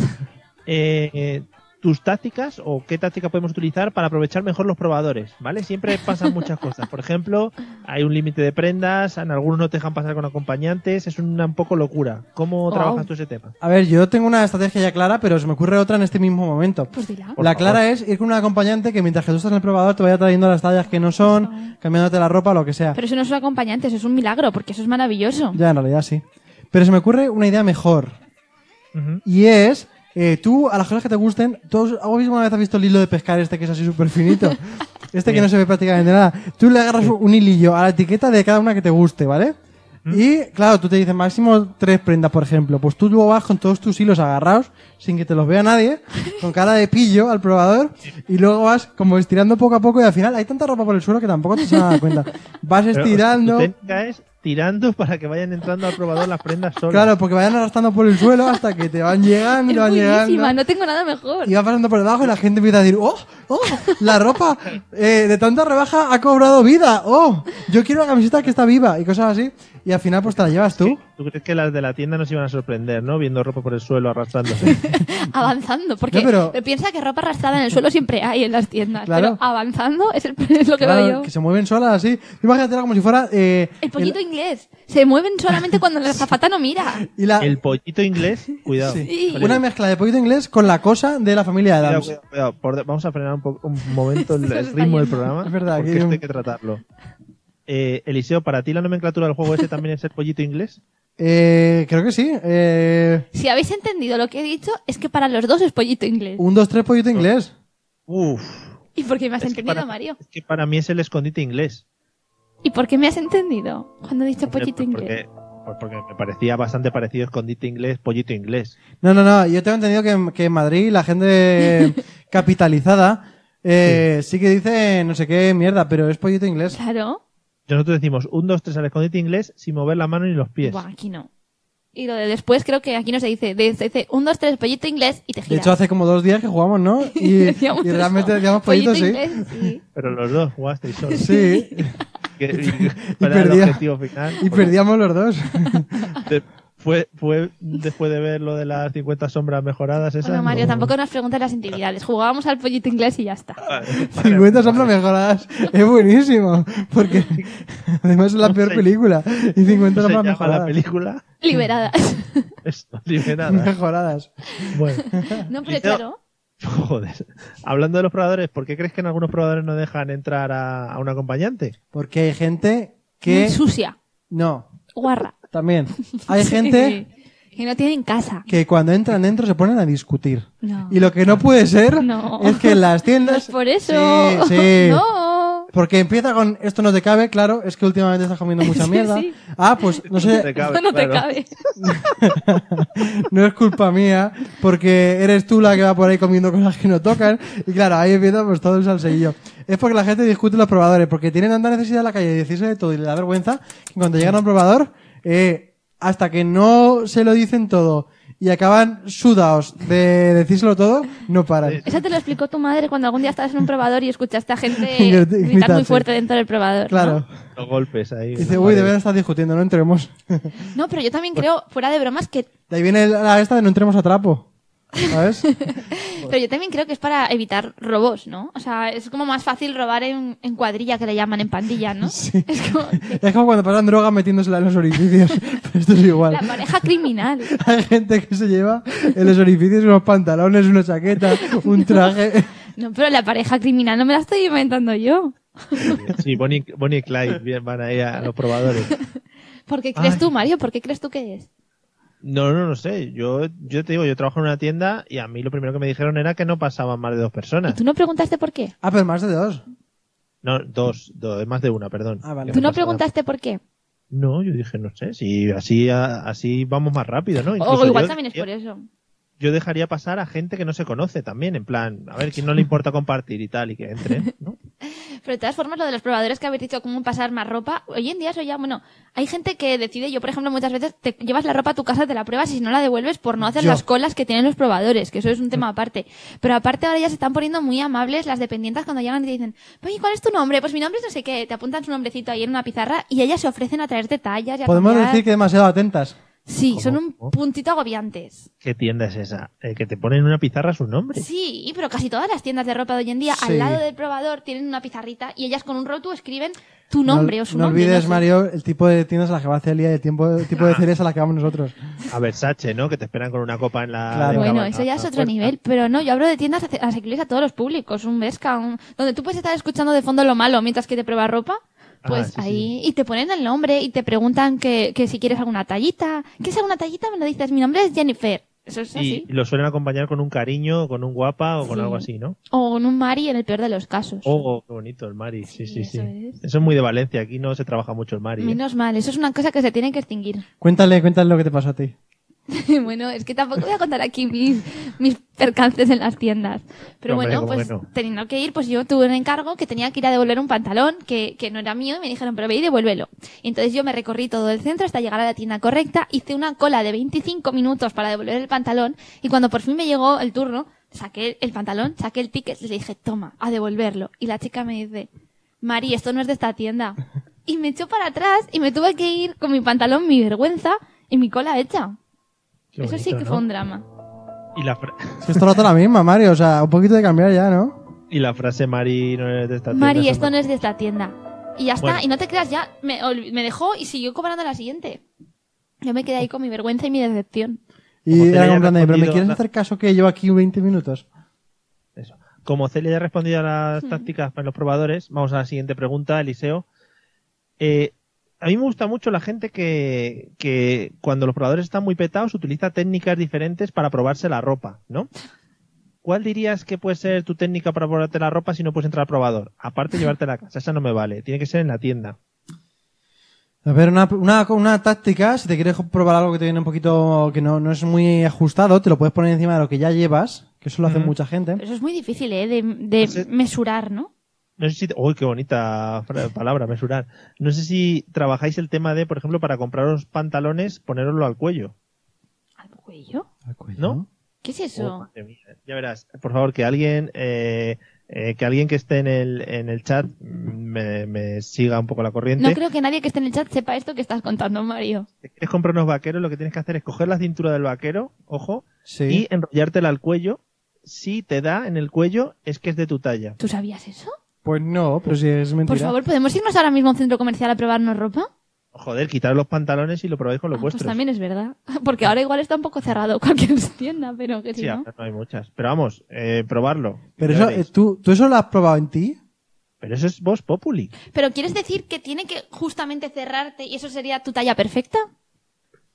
Speaker 1: eh, eh, tus tácticas o qué táctica podemos utilizar para aprovechar mejor los probadores, ¿vale? Siempre pasan muchas cosas. Por ejemplo, hay un límite de prendas, en algunos no te dejan pasar con acompañantes, es una un poco locura. ¿Cómo
Speaker 4: Oh.
Speaker 2: Wow.
Speaker 1: trabajas tú ese tema?
Speaker 4: A ver, yo tengo una estrategia ya clara, pero se me ocurre otra en este mismo momento.
Speaker 2: Pues dila.
Speaker 1: Por
Speaker 4: la
Speaker 1: favor.
Speaker 4: clara es ir con un acompañante que mientras que tú estás en el probador te vaya trayendo las tallas que no son, cambiándote la ropa, lo que sea.
Speaker 2: Pero eso no es un acompañante, eso es un milagro, porque eso es maravilloso.
Speaker 4: Ya, en realidad sí. Pero se me ocurre una idea mejor.
Speaker 1: Ujú.
Speaker 4: Y es, eh, tú, a las cosas que te gusten, ¿todos, ¿alguna vez has visto el hilo de pescar este que es así súper finito? Este que no se ve prácticamente nada. Tú le agarras un hilillo a la etiqueta de cada una que te guste, ¿vale? Y, claro, tú te dices máximo tres prendas, por ejemplo. Pues tú luego vas con todos tus hilos agarrados, sin que te los vea nadie, con cara de pillo al probador, y luego vas como estirando poco a poco y al final hay tanta ropa por el suelo que tampoco te se van a dar cuenta. Vas
Speaker 1: Pero,
Speaker 4: estirando...
Speaker 1: Tu técnica es tirando para que vayan entrando al probador las prendas solas.
Speaker 4: Claro, porque vayan arrastrando por el suelo hasta que te van llegando,
Speaker 2: Es
Speaker 4: van
Speaker 2: buenísima,
Speaker 4: llegando.
Speaker 2: no tengo nada mejor.
Speaker 4: Y va pasando por debajo y la gente empieza a decir, ¡oh! ¡oh! La ropa eh, de tanta rebaja ha cobrado vida. ¡oh! Yo quiero la camiseta que está viva y cosas así. Y al final pues te la llevas tú.
Speaker 1: ¿Tú crees que las de la tienda nos iban a sorprender, no? Viendo ropa por el suelo arrastrándose.
Speaker 2: Avanzando, porque
Speaker 4: No, pero-
Speaker 2: pero piensa que ropa arrastrada en el suelo siempre hay en las tiendas,
Speaker 4: Claro.
Speaker 2: pero avanzando es, el- es lo que
Speaker 4: Claro,
Speaker 2: veo yo.
Speaker 4: que se mueven solas así. Imagínatela como si fuera... eh,
Speaker 2: El pollito inglés, se mueven solamente cuando la zafata no mira.
Speaker 4: y la,
Speaker 1: El pollito inglés, cuidado.
Speaker 4: sí.
Speaker 2: Sí.
Speaker 1: Vale.
Speaker 4: Una mezcla de pollito inglés con la cosa de la familia
Speaker 1: Cuidado,
Speaker 4: Adams.
Speaker 1: cuidado, cuidado. Por- vamos a frenar un, poco- un momento el,
Speaker 2: Esto se
Speaker 1: el
Speaker 2: está
Speaker 1: ritmo del
Speaker 2: yendo.
Speaker 1: programa.
Speaker 4: Es verdad,
Speaker 1: porque
Speaker 4: que-
Speaker 1: esto hay que tratarlo. Eh, Eliseo, ¿para ti la nomenclatura del juego ese también es el pollito inglés?
Speaker 4: Eh, creo que sí. Eh,
Speaker 2: Si habéis entendido lo que he dicho, es que para los dos es pollito inglés.
Speaker 4: un, dos, tres, pollito inglés.
Speaker 1: Uf.
Speaker 2: ¿Y por qué me has
Speaker 1: es que
Speaker 2: entendido,
Speaker 1: para-
Speaker 2: Mario?
Speaker 1: Es que para mí es el escondite inglés.
Speaker 2: ¿Y por qué me has entendido cuando he dicho pollito
Speaker 1: Porque-
Speaker 2: inglés?
Speaker 1: Pues porque me parecía bastante parecido escondite inglés, pollito inglés.
Speaker 4: No, no, no. Yo tengo entendido que, en- que en Madrid la gente capitalizada eh, sí. que dice no sé qué mierda, pero es pollito inglés.
Speaker 2: Claro.
Speaker 1: Nosotros decimos un, dos, tres al escondite inglés sin mover la mano ni los pies.
Speaker 2: Buah, aquí no. Y lo de después creo que aquí no se dice. de- Se dice un, dos, tres, pollito inglés y te
Speaker 4: De
Speaker 2: giras.
Speaker 4: hecho, hace como dos días que jugamos, ¿no? Y,
Speaker 2: Decíamos
Speaker 4: y
Speaker 2: eso.
Speaker 4: realmente decíamos pollito, sí.
Speaker 2: inglés, sí.
Speaker 1: Pero los dos jugasteis solos.
Speaker 4: Sí,
Speaker 1: Que- y- para el
Speaker 4: perdía-
Speaker 1: objetivo final. Pues,
Speaker 4: y perdíamos los dos.
Speaker 1: De- fue, fue después de ver lo de las 50 sombras mejoradas esas.
Speaker 2: Bueno, Mario,
Speaker 1: no.
Speaker 2: tampoco nos preguntas las intimidades. Jugábamos al pollito inglés y ya está.
Speaker 1: Vale,
Speaker 4: 50 sombras mejoradas. Es buenísimo. Porque además es la
Speaker 1: No
Speaker 4: peor
Speaker 1: sé.
Speaker 4: película.
Speaker 1: ¿Cómo
Speaker 4: Y 50
Speaker 1: se
Speaker 4: sombras
Speaker 1: llama la
Speaker 4: mejoradas.
Speaker 1: película?
Speaker 2: Liberadas.
Speaker 1: Esto, liberada.
Speaker 4: Mejoradas.
Speaker 1: bueno,
Speaker 2: No, pero
Speaker 1: Y no-
Speaker 2: claro.
Speaker 1: joder. Hablando de los probadores, ¿por qué crees que en algunos probadores no dejan entrar a, a un acompañante?
Speaker 4: Porque hay gente
Speaker 2: muy
Speaker 4: que...
Speaker 2: Sucia.
Speaker 4: No,
Speaker 2: Guarra.
Speaker 4: también. Hay gente
Speaker 2: Sí. Que no tienen casa.
Speaker 4: que cuando entran dentro se ponen a discutir.
Speaker 2: No.
Speaker 4: Y lo que no puede ser
Speaker 2: No.
Speaker 4: es que en las
Speaker 2: No
Speaker 4: tiendas...
Speaker 2: es por eso.
Speaker 4: Sí, sí.
Speaker 2: No.
Speaker 4: Porque empieza con esto no te cabe, claro, es que últimamente estás comiendo mucha
Speaker 2: Sí,
Speaker 4: mierda.
Speaker 2: sí.
Speaker 4: Ah, pues no
Speaker 1: Te
Speaker 4: sé,
Speaker 1: cabe,
Speaker 2: Eso no te
Speaker 1: claro.
Speaker 2: cabe.
Speaker 4: no es culpa mía, porque eres tú la que va por ahí comiendo cosas que no tocan. Y claro, ahí empieza pues todo el salseillo. Es porque la gente discute en los probadores, porque tienen tanta necesidad en la calle de decirse de todo y le da vergüenza que cuando llegan a un probador, eh, hasta que no se lo dicen todo y acaban sudados de decírselo todo, no paran.
Speaker 2: Eso te lo explicó tu madre cuando algún día estabas en un probador y escuchaste a gente
Speaker 4: Gritar,
Speaker 2: gritar muy
Speaker 4: sí.
Speaker 2: fuerte dentro del probador. ¿no?
Speaker 4: Claro.
Speaker 1: Los golpes ahí.
Speaker 4: Dice,
Speaker 1: ¿no?
Speaker 4: uy,
Speaker 1: Vale.
Speaker 4: de verdad estás discutiendo, no entremos.
Speaker 2: No, pero yo también creo, fuera de bromas, que
Speaker 4: De ahí viene la esta de no entremos a trapo. ¿Sabes?
Speaker 1: Pues.
Speaker 2: pero yo también creo que es para evitar robos, ¿no? O sea, es como más fácil robar en, en cuadrilla que le llaman en pandilla, ¿no?
Speaker 4: Sí.
Speaker 2: Es como que
Speaker 4: Es como cuando pasan drogas metiéndosela en los orificios. Pero esto es igual.
Speaker 2: la pareja criminal.
Speaker 4: Hay gente que se lleva en los orificios unos pantalones, una chaqueta, un traje.
Speaker 2: No, pero la pareja criminal no me la estoy inventando yo.
Speaker 1: Sí, Bonnie, Bonnie y Clyde bien, van ahí a los probadores.
Speaker 2: ¿Por qué crees
Speaker 1: Ay.
Speaker 2: tú, Mario? ¿Por qué crees tú que es?
Speaker 1: No, no, no sé. Yo, yo te digo, yo trabajo en una tienda y a mí lo primero que me dijeron era que no pasaban más de dos
Speaker 2: ¿Y
Speaker 1: personas.
Speaker 2: tú no preguntaste por qué?
Speaker 4: Ah, pero más de dos.
Speaker 1: No, dos, dos, es más de una, perdón.
Speaker 4: Ah, vale.
Speaker 1: Que
Speaker 2: ¿Tú no
Speaker 1: pasaban-
Speaker 2: preguntaste por qué?
Speaker 1: No, yo dije, no sé, si así, a- así vamos más rápido, ¿no?
Speaker 2: O
Speaker 1: Incluso
Speaker 2: Oh, igual
Speaker 1: yo-
Speaker 2: también es
Speaker 1: yo-
Speaker 2: por eso.
Speaker 1: yo dejaría pasar a gente que no se conoce también, en plan, a ver, que no le importa compartir y tal, y que entre, ¿no?
Speaker 2: Pero de todas formas, lo de los probadores que habéis dicho, cómo pasar más ropa, hoy en día eso ya, bueno, hay gente que decide, yo por ejemplo muchas veces te llevas la ropa a tu casa, te la pruebas y si no la devuelves por no hacer
Speaker 4: Yo.
Speaker 2: las colas que tienen los probadores, que eso es un tema aparte. Pero aparte ahora ya se están poniendo muy amables las dependientes cuando llegan y te dicen, oye, ¿cuál es tu nombre? Pues mi nombre es no sé qué, te apuntan su nombrecito ahí en una pizarra y ellas se ofrecen a traerte tallas y a
Speaker 4: Podemos
Speaker 2: cambiar.
Speaker 4: decir que demasiado atentas.
Speaker 2: Sí, son
Speaker 1: ¿Cómo?
Speaker 2: un
Speaker 1: ¿Cómo?
Speaker 2: puntito agobiantes.
Speaker 1: ¿Qué tienda es esa? Eh, que te ponen en una pizarra su nombre.
Speaker 2: Sí, pero casi todas las tiendas de ropa de hoy en día,
Speaker 4: Sí.
Speaker 2: al lado del probador, tienen una pizarrita y ellas con un roto escriben tu nombre
Speaker 4: no,
Speaker 2: o su
Speaker 4: no
Speaker 2: nombre.
Speaker 4: olvides,
Speaker 2: sé.
Speaker 4: Mario, el tipo de tiendas a las que va Celia y el, tiempo, el tipo de cereales a las que vamos nosotros.
Speaker 1: A Versace, ¿no? Que te esperan con una copa en la...
Speaker 4: Claro.
Speaker 1: en la
Speaker 2: Bueno,
Speaker 1: ba-
Speaker 2: eso ya es
Speaker 1: a- a-
Speaker 2: otro nivel, pero no, yo hablo de tiendas ace- asequibles a todos los públicos, un Vesca, un- donde tú puedes estar escuchando de fondo lo malo mientras que te pruebas ropa,
Speaker 1: Ah,
Speaker 2: pues
Speaker 1: sí,
Speaker 2: ahí, y te ponen el nombre y te preguntan que, que si quieres alguna tallita, ¿qué es alguna tallita? Me lo dices, mi nombre es Jennifer, eso es así,
Speaker 1: Y lo suelen acompañar con un cariño, con un guapa o con
Speaker 2: Sí.
Speaker 1: algo así, ¿no?
Speaker 2: o en un Mari en el peor de los casos.
Speaker 1: Oh, qué bonito el Mari. Sí, sí,
Speaker 2: Sí,
Speaker 1: sí.
Speaker 2: eso
Speaker 1: Eso es.
Speaker 2: es.
Speaker 1: muy de Valencia. Aquí no se trabaja mucho el Mari. ¿eh?
Speaker 2: Menos mal, eso es una cosa que se tiene que extinguir.
Speaker 4: Cuéntale, cuéntale lo que te pasó a ti.
Speaker 2: bueno, es que tampoco voy a contar aquí mis, mis percances en las tiendas. Pero
Speaker 1: Hombre,
Speaker 2: bueno,
Speaker 1: ¿cómo
Speaker 2: pues
Speaker 1: que no?
Speaker 2: teniendo que ir, pues yo tuve un encargo que tenía que ir a devolver un pantalón que, que no era mío y me dijeron, pero ve y devuélvelo. Y entonces yo me recorrí todo el centro hasta llegar a la tienda correcta, hice una cola de 25 minutos para devolver el pantalón y cuando por fin me llegó el turno, saqué el pantalón, saqué el ticket, le dije, toma, a devolverlo. Y la chica me dice, Mari, esto no es de esta tienda. Y me echó para atrás y me tuve que ir con mi pantalón, mi vergüenza y mi cola hecha.
Speaker 1: Qué
Speaker 2: Eso sí
Speaker 1: bonito,
Speaker 2: que
Speaker 1: ¿no?
Speaker 2: fue un drama.
Speaker 1: Y la, fra-
Speaker 4: Es que es todo el rato la misma, Mario. O sea, un poquito de cambiar ya, ¿no?
Speaker 1: y la frase Mari no es de esta tienda.
Speaker 2: Mari,
Speaker 1: eso
Speaker 2: esto no es de esta tienda. Y ya está,
Speaker 1: Bueno.
Speaker 2: y no te creas, ya me, ol- me dejó y siguió cobrando la siguiente. Yo me quedé ahí con mi vergüenza y mi decepción.
Speaker 1: Como
Speaker 4: Y
Speaker 1: Celia
Speaker 4: era
Speaker 1: ya
Speaker 4: como
Speaker 1: ha
Speaker 4: en plan de, ¿pero me
Speaker 1: respondido,
Speaker 4: quieres
Speaker 1: la-
Speaker 4: hacer caso que llevo aquí 20 minutos?
Speaker 1: Eso. Como Celia ya ha respondido a las tácticas para los probadores, vamos a la siguiente pregunta, Eliseo. Eh, a mí me gusta mucho la gente que, que cuando los probadores están muy petados utiliza técnicas diferentes para probarse la ropa, ¿no? ¿Cuál dirías que puede ser tu técnica para probarte la ropa si no puedes entrar al probador? Aparte de llevarte a la casa, esa no me vale, tiene que ser en la tienda.
Speaker 4: A ver, una, una, una táctica, si te quieres probar algo que te viene un poquito, que no, no es muy ajustado, te lo puedes poner encima de lo que ya llevas, que eso lo hace
Speaker 1: Ujú.
Speaker 4: mucha gente.
Speaker 2: Pero eso es muy difícil, ¿eh? De, de
Speaker 1: Pues es-
Speaker 2: mesurar, ¿no?
Speaker 1: No sé si. ¡Uy, qué bonita fra- palabra, mesurar! No sé si trabajáis el tema de, por ejemplo, para compraros pantalones, poneroslo al cuello,
Speaker 2: Al cuello.
Speaker 1: ¿no?
Speaker 2: ¿Qué es
Speaker 1: Oh,
Speaker 2: eso?
Speaker 1: madre mía. Ya verás, por favor, que alguien, eh, eh, que alguien que esté en el, en el chat mm, me, me siga un poco la corriente.
Speaker 2: No creo que nadie que esté en el chat sepa esto que estás contando, Mario.
Speaker 1: Si quieres comprar unos vaqueros, lo que tienes que hacer es coger la cintura del vaquero, ojo,
Speaker 4: Sí.
Speaker 1: y enrollártela al cuello. Si te da en el cuello, es que es de tu talla.
Speaker 2: ¿Tú sabías eso?
Speaker 4: Pues no, pero si es mentira.
Speaker 2: Por favor, ¿podemos irnos ahora mismo a un centro comercial a probarnos ropa?
Speaker 1: Joder, quitaros los pantalones y lo probáis con los
Speaker 2: Ah, pues
Speaker 1: vuestros.
Speaker 2: también es verdad. Porque ahora igual está un poco cerrado cualquier tienda, pero que si
Speaker 1: Sí,
Speaker 2: no.
Speaker 1: ahora no hay muchas. Pero vamos, eh, probarlo.
Speaker 4: Pero
Speaker 1: Ya
Speaker 4: eso,
Speaker 1: veréis.
Speaker 4: eh, ¿tú, ¿tú eso lo has probado en ti?
Speaker 1: Pero eso es Voz Populi.
Speaker 2: Pero ¿quieres decir que tiene que justamente cerrarte y eso sería tu talla perfecta?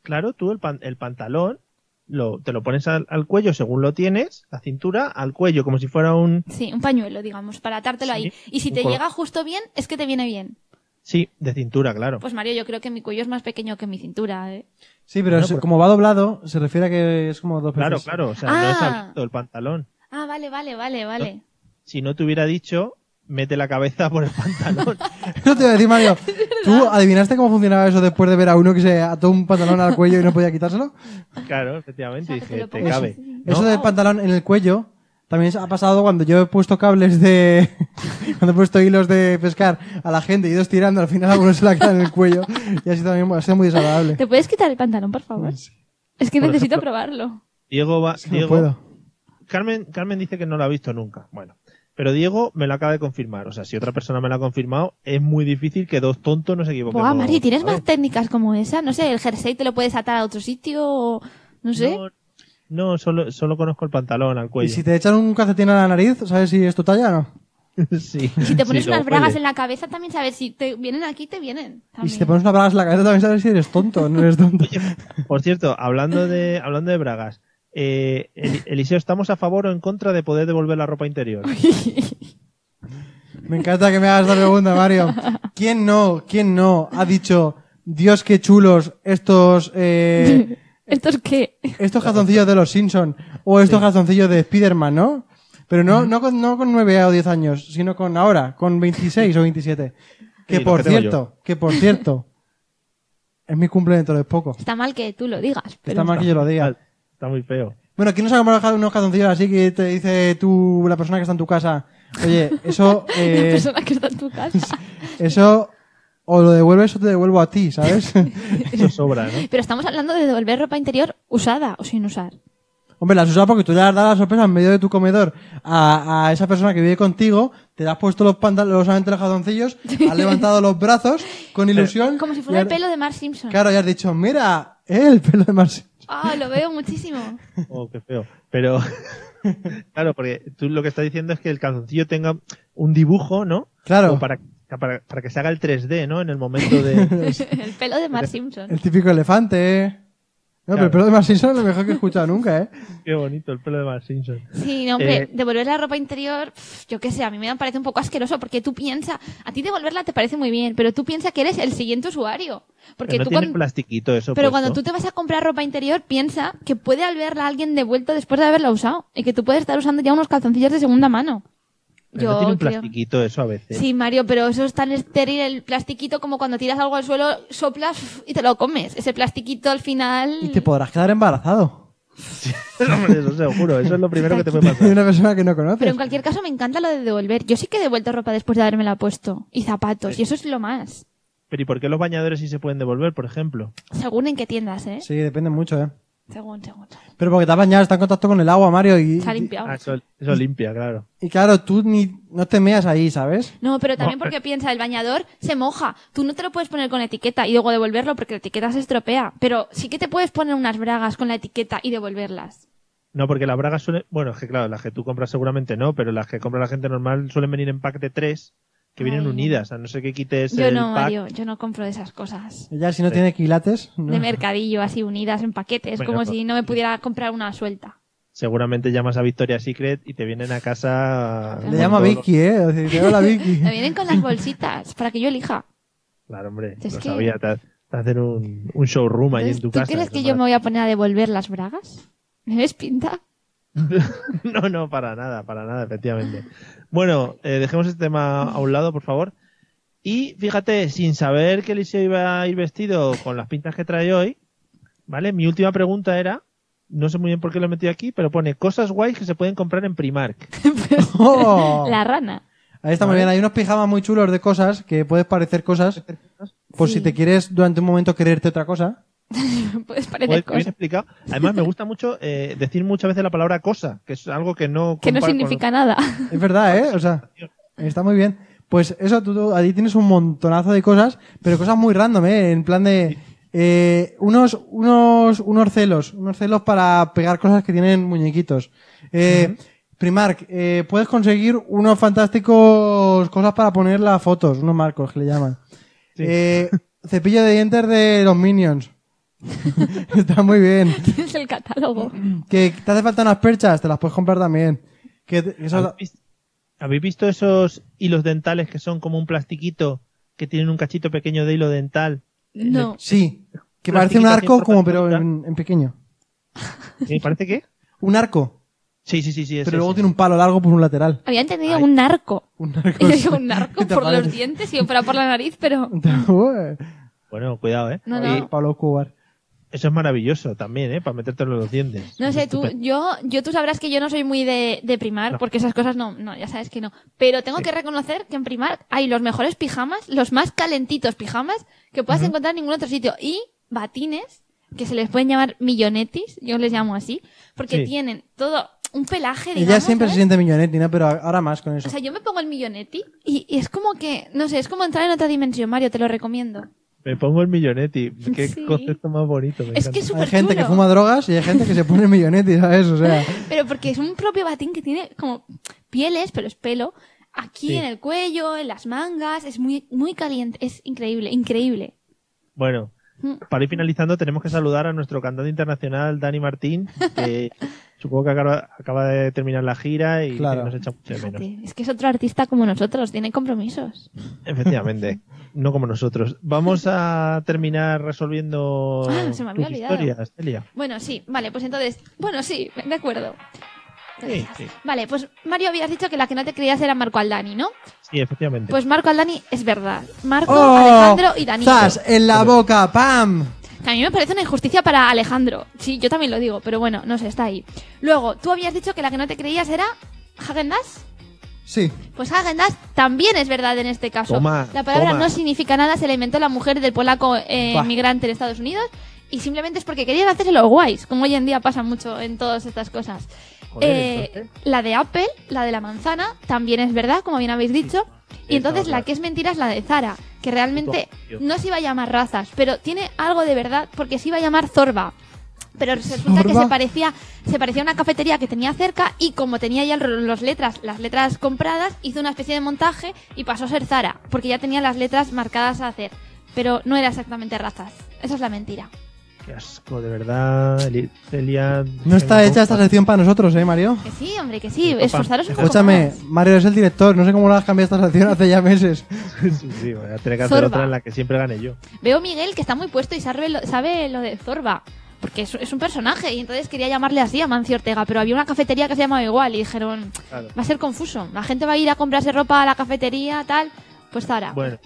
Speaker 1: Claro, tú el, pan- el pantalón lo, te lo pones al, al cuello según lo tienes, la cintura al cuello, como si fuera un...
Speaker 2: Sí, un pañuelo, digamos, para atártelo
Speaker 1: Sí,
Speaker 2: ahí. Y si
Speaker 1: un
Speaker 2: te
Speaker 1: colo-
Speaker 2: llega justo bien, es que te viene bien.
Speaker 1: Sí, de cintura, claro.
Speaker 2: Pues Mario, yo creo que mi cuello es más pequeño que mi cintura, ¿eh?
Speaker 4: Sí, pero
Speaker 1: No,
Speaker 4: es-
Speaker 1: pero-
Speaker 4: como va doblado, se refiere a que es como dos veces.
Speaker 1: pues claro, claro. O sea, no es
Speaker 2: Ah.
Speaker 1: abierto el pantalón.
Speaker 2: Ah, vale, vale, vale, vale.
Speaker 1: Si no te hubiera dicho, mete la cabeza por el pantalón.
Speaker 4: No te iba a decir, Mario. ¿Tú adivinaste cómo funcionaba eso después de ver a uno que se ató un pantalón al cuello y no podía quitárselo?
Speaker 1: claro, efectivamente.
Speaker 2: O sea, que te
Speaker 1: dije,
Speaker 2: lo
Speaker 1: te
Speaker 2: pongas
Speaker 1: cabe.
Speaker 2: así.
Speaker 1: ¿no?
Speaker 4: Eso del pantalón en el cuello también ha pasado cuando yo he puesto cables de. cuando he puesto hilos de pescar a la gente y dos tirando, al final algunos se la quedan en el cuello. Y así también ha sido muy desagradable.
Speaker 2: ¿Te puedes quitar el pantalón, por favor?
Speaker 4: Pues
Speaker 2: Es que
Speaker 1: Por
Speaker 2: necesito
Speaker 1: ejemplo-
Speaker 2: probarlo.
Speaker 1: Diego va...
Speaker 4: No
Speaker 1: Diego-
Speaker 4: puedo.
Speaker 1: Carmen, Carmen dice que no lo ha visto nunca. Bueno. Pero Diego me lo acaba de confirmar. O sea, si otra persona me lo ha confirmado, es muy difícil que dos tontos nos equivoquemos.
Speaker 2: Buah, Mario, ¿tienes
Speaker 1: ¿sabes?
Speaker 2: más técnicas como esa? No sé, el jersey te lo puedes atar a otro sitio o... No sé.
Speaker 1: No, No, solo, solo conozco el pantalón al
Speaker 4: Y
Speaker 1: cuello.
Speaker 4: si te echan un calcetín a la nariz, ¿sabes si es tu talla o no?
Speaker 1: Sí.
Speaker 2: Si te pones
Speaker 1: Sí,
Speaker 2: unas
Speaker 1: lo
Speaker 2: bragas
Speaker 1: huele.
Speaker 2: en la cabeza, también sabes si te vienen aquí, te vienen.
Speaker 4: Y
Speaker 2: también.
Speaker 4: si te pones una bragas en la cabeza, también sabes si eres tonto o no eres tonto.
Speaker 1: Por cierto, hablando de, hablando de bragas, eh, El- Eliseo, ¿estamos a favor o en contra de poder devolver la ropa interior?
Speaker 4: Me encanta que me hagas la pregunta, Mario. ¿Quién no, quién no ha dicho, Dios qué chulos estos, eh,
Speaker 2: ¿Esto es qué?
Speaker 4: estos calzoncillos de los Simpson o estos calzoncillos de Spiderman, ¿no? Pero no, no, con, no con 9 o 10 años, sino con ahora, con 26 o 27. Que
Speaker 1: Sí,
Speaker 4: por
Speaker 1: los que tengo
Speaker 4: cierto, que por cierto, es mi cumple dentro de poco.
Speaker 2: Está mal que tú lo digas. Pero...
Speaker 4: Está mal que yo lo diga.
Speaker 1: Está muy feo.
Speaker 4: Bueno, ¿quién nos ha comprado unos calzoncillos así que te dice tú, la persona que está en tu casa? Oye, eso...
Speaker 2: La
Speaker 4: eh,
Speaker 2: persona que está en tu casa.
Speaker 4: Eso o lo devuelves o te devuelvo a ti, ¿sabes?
Speaker 1: Eso sobra, ¿no?
Speaker 2: Pero estamos hablando de devolver ropa interior usada o sin usar.
Speaker 4: Hombre, las usas porque tú le has dado la sorpresa en medio de tu comedor a, a esa persona que vive contigo, te le has puesto los pantalones, solamente los calzoncillos, has levantado los brazos con ilusión.
Speaker 2: Como si
Speaker 4: y
Speaker 2: fuera el
Speaker 4: has-
Speaker 2: pelo de Mark Simpson.
Speaker 4: Claro, y has dicho, mira, eh, el pelo de Marcel.
Speaker 2: Ah, lo veo muchísimo.
Speaker 1: Oh, qué feo. Pero, claro, porque tú lo que estás diciendo es que el calzoncillo tenga un dibujo, ¿no?
Speaker 4: Claro.
Speaker 1: Como Para, para, para que se haga el 3D, ¿no? En el momento de...
Speaker 2: El pelo de Mark Simpson.
Speaker 4: El típico elefante, eh. No, pero
Speaker 1: Claro.
Speaker 4: el pelo de Marcel es lo mejor que he escuchado nunca, eh.
Speaker 1: qué bonito el pelo de Mark Simpson.
Speaker 2: Sí, no, hombre,
Speaker 1: Eh,
Speaker 2: devolver la ropa interior, pf, yo qué sé, a mí me parece un poco asqueroso porque tú piensas, a ti devolverla te parece muy bien, pero tú piensas que eres el siguiente usuario. Porque
Speaker 1: Pero no
Speaker 2: tú
Speaker 1: tiene
Speaker 2: cuan-
Speaker 1: plastiquito eso
Speaker 2: Pero
Speaker 1: puesto.
Speaker 2: cuando tú te vas a comprar ropa interior, piensa que puede al verla alguien devuelto después de haberla usado y que tú puedes estar usando ya unos calzoncillos de segunda mano.
Speaker 1: Pero no tiene un
Speaker 2: creo-
Speaker 1: plastiquito eso a veces.
Speaker 2: Sí, Mario, pero eso es tan estéril el plastiquito como cuando tiras algo al suelo, soplas uf, y te lo comes. Ese plastiquito al final.
Speaker 4: Y te podrás quedar embarazado.
Speaker 1: Hombre, eso seguro. Eso es lo primero que te puede
Speaker 4: De
Speaker 1: pasar.
Speaker 4: una persona que no
Speaker 2: Pero
Speaker 4: conoces.
Speaker 2: en cualquier caso me encanta lo de devolver. Yo sí que he devuelto ropa después de habérmela puesto. Y zapatos. Y eso es lo más.
Speaker 1: Pero ¿y por qué los bañadores sí se pueden devolver, por ejemplo?
Speaker 2: Según en qué tiendas, ¿eh?
Speaker 4: Sí, depende mucho, eh.
Speaker 2: Según, según.
Speaker 4: Pero porque te has bañado, está en contacto con el agua, Mario, y,
Speaker 2: Se ha limpiado.
Speaker 1: Ah, eso, eso limpia, claro.
Speaker 4: y claro, tú ni, no te meas ahí, ¿sabes?
Speaker 2: No, pero también
Speaker 1: No,
Speaker 2: porque piensa, el bañador se moja. Tú no te lo puedes poner con etiqueta y luego devolverlo porque la etiqueta se estropea. Pero sí que te puedes poner unas bragas con la etiqueta y devolverlas.
Speaker 1: No, porque las bragas suelen. Bueno, es que claro, las que tú compras seguramente no, pero las que compra la gente normal suelen venir en pack de tres que vienen
Speaker 2: Ay.
Speaker 1: unidas, a no ser que quites
Speaker 2: Yo
Speaker 1: Pues el
Speaker 2: no,
Speaker 1: pack.
Speaker 2: Mario, yo no compro esas cosas.
Speaker 4: Ella si no tiene quilates, no.
Speaker 2: De mercadillo, así unidas en paquetes,
Speaker 1: Bueno,
Speaker 2: como
Speaker 1: pues-
Speaker 2: si no me pudiera comprar una suelta.
Speaker 1: Seguramente llamas a Victoria Secret y te vienen a casa.
Speaker 4: le llama
Speaker 1: con todo-
Speaker 4: Vicky, ¿eh? O sea, dice, hola Vicky.
Speaker 2: Me vienen con las bolsitas para que yo elija.
Speaker 1: Claro, hombre,
Speaker 2: Es
Speaker 1: lo
Speaker 2: que-
Speaker 1: sabía. Te, te hacen un, un showroom ahí en
Speaker 2: Entonces,
Speaker 1: tu
Speaker 2: ¿Tú
Speaker 1: casa.
Speaker 2: crees
Speaker 1: eso
Speaker 2: que yo me
Speaker 1: para-
Speaker 2: voy a poner a devolver las bragas? ¿Me ves pinta?
Speaker 1: No, no, para nada, para nada, efectivamente. Bueno, eh, dejemos este tema a un lado, por favor. Y fíjate, sin saber que Eliseo iba a ir vestido con las pintas que trae hoy, ¿vale? Mi última pregunta era, no sé muy bien por qué lo he metido aquí, pero pone cosas guays que se pueden comprar en Primark.
Speaker 4: ¡Oh!
Speaker 2: La rana.
Speaker 4: Ahí está muy bien. Hay unos pijamas muy chulos de cosas que puedes parecer cosas. Por
Speaker 2: Sí.
Speaker 4: si te quieres durante un momento quererte otra cosa.
Speaker 1: Joder,
Speaker 2: Puedes parecer
Speaker 1: qué bien
Speaker 2: cosas
Speaker 1: explicado. Además, me gusta mucho eh, decir muchas veces la palabra cosa, que es algo que no...
Speaker 2: que no
Speaker 1: compar- con-
Speaker 2: significa nada.
Speaker 4: Es verdad, ¿eh? O sea, está muy bien. Pues eso, tú, tú ahí tienes un montonazo de cosas, pero cosas muy random, ¿eh? En plan de... eh, unos, unos, unos celos, unos celos para pegar cosas que tienen muñequitos. Eh, Primark, eh, puedes conseguir unos fantásticos cosas para poner las fotos, unos marcos que le llaman.
Speaker 1: Sí.
Speaker 4: Eh, cepillo de dientes de los Minions. está muy bien.
Speaker 2: Tienes el catálogo.
Speaker 4: Que te hace falta unas perchas, te las puedes comprar también. Que, te- que eso-
Speaker 1: ¿Habéis visto- ¿Habéis visto esos hilos dentales que son como un plastiquito que tienen un cachito pequeño de hilo dental?
Speaker 2: No.
Speaker 4: Sí, que
Speaker 1: Un
Speaker 4: parece un
Speaker 1: plastiquito así
Speaker 4: arco
Speaker 1: en forma
Speaker 4: como
Speaker 1: de
Speaker 4: pero
Speaker 1: fruta.
Speaker 4: en, en pequeño.
Speaker 1: ¿Me parece que?
Speaker 4: Un arco,
Speaker 1: Sí, sí, sí, sí.
Speaker 4: pero luego tiene un palo largo por un lateral.
Speaker 2: Había entendido
Speaker 1: Ay.
Speaker 2: un narco.
Speaker 4: Un arco.
Speaker 2: Yo digo un narco
Speaker 4: ¿Qué te
Speaker 2: por los
Speaker 4: parece?
Speaker 2: dientes y fuera por la nariz, pero
Speaker 4: Ué,
Speaker 1: Bueno, cuidado, ¿eh?
Speaker 2: no, no.
Speaker 4: Pablo Escobar.
Speaker 1: Eso es maravilloso también, ¿eh? Para metértelo en los dientes.
Speaker 2: No sé, tú,
Speaker 1: Estupendo.
Speaker 2: yo, yo tú sabrás que yo no soy muy de, de Primark,
Speaker 1: No.
Speaker 2: porque esas cosas no, no, ya sabes que no. Pero tengo que reconocer que en Primark hay los mejores pijamas, los más calentitos pijamas que puedas encontrar en ningún otro sitio. Y batines, que se les pueden llamar millonetis, yo les llamo así, porque
Speaker 1: Sí.
Speaker 2: tienen todo un pelaje, digamos. ¿eh?
Speaker 4: Ella siempre se
Speaker 2: ¿sabes?
Speaker 4: siente millonetti, ¿no? Pero ahora más con eso.
Speaker 2: O sea, yo me pongo el millonetti y, y es como que, no sé, es como entrar en otra dimensión, Mario, te lo recomiendo.
Speaker 1: Me pongo el millonetti. Qué
Speaker 2: Sí.
Speaker 1: concepto más bonito. me
Speaker 2: Es
Speaker 1: encanta.
Speaker 2: que es
Speaker 4: Hay
Speaker 2: súper
Speaker 4: gente que fuma drogas y hay gente que se pone millonetti, ¿sabes? O sea,
Speaker 2: Pero porque es un propio batín que tiene como pieles, pero es pelo, aquí
Speaker 1: Sí.
Speaker 2: en el cuello, en las mangas, es muy, muy caliente, es increíble, increíble.
Speaker 1: Bueno,
Speaker 2: Mm.
Speaker 1: para ir finalizando, tenemos que saludar a nuestro cantante internacional, Dani Martín, que supongo que acaba, acaba de terminar la gira y
Speaker 4: Claro.
Speaker 1: que nos echa mucho de menos.
Speaker 2: Fíjate, es que es otro artista como nosotros, tiene compromisos.
Speaker 1: Efectivamente, no como nosotros. Vamos a terminar resolviendo
Speaker 2: Ah, se me había
Speaker 1: tus
Speaker 2: olvidado.
Speaker 1: historias, Celia.
Speaker 2: Bueno, sí, vale, pues entonces, bueno, sí, de acuerdo.
Speaker 1: Sí, sí.
Speaker 2: Vale, pues Mario habías dicho que la que no te creías era Marco Aldani, ¿no?
Speaker 1: Sí, efectivamente.
Speaker 2: Pues Marco Aldani es verdad. Marco,
Speaker 4: ¡Oh!
Speaker 2: Alejandro y Danilo.
Speaker 4: ¡Zas! ¡En la boca! ¡Pam!
Speaker 2: Que a mí me parece una injusticia para Alejandro. Sí, yo también lo digo, pero bueno, no sé, está ahí. Luego, tú habías dicho que la que no te creías era Hagendas.
Speaker 4: Sí.
Speaker 2: Pues Hagendas también es verdad en este caso.
Speaker 1: Toma,
Speaker 2: la palabra
Speaker 1: toma.
Speaker 2: no significa nada, se la inventó la mujer del polaco eh,
Speaker 4: Buah.
Speaker 2: migrante en Estados Unidos y simplemente es porque querían hacerse los guays, como hoy en día pasa mucho en todas estas cosas.
Speaker 1: Joder,
Speaker 2: Eh,
Speaker 1: entonces,
Speaker 2: la de Apple, la de la manzana, también es verdad, como bien habéis dicho. Y entonces
Speaker 1: claro.
Speaker 2: la que es mentira es la de Zara, que realmente
Speaker 1: Puto
Speaker 2: no se iba a llamar razas, pero tiene algo de verdad porque se iba a llamar Zorba. Pero resulta que
Speaker 4: ¿Zorba?
Speaker 2: se parecía, se parecía a una cafetería que tenía cerca y como tenía ya las letras, las letras compradas, hizo una especie de montaje y pasó a ser Zara, porque ya tenía las letras marcadas a hacer. Pero no era exactamente razas. Esa es la mentira.
Speaker 1: Qué asco, de verdad, Eli- Celia.
Speaker 4: No está hecha esta sección para nosotros, ¿eh, Mario?
Speaker 2: Que sí, hombre, que sí.
Speaker 1: Papá,
Speaker 2: Esforzaros un poco.
Speaker 4: Escúchame,
Speaker 2: más.
Speaker 4: Mario es el director, no sé cómo lo has cambiado esta sección hace ya meses.
Speaker 1: sí, sí, voy a tener que hacer
Speaker 2: Zorba.
Speaker 1: otra en la que siempre gane yo.
Speaker 2: Veo Miguel que está muy puesto y sabe lo, sabe lo de Zorba. Porque es, es un personaje y entonces quería llamarle así a Mancio Ortega, pero había una cafetería que se llamaba igual y dijeron,
Speaker 1: Claro.
Speaker 2: va a ser confuso, la gente va a ir a comprarse ropa a la cafetería, tal, pues Zara.
Speaker 1: Bueno,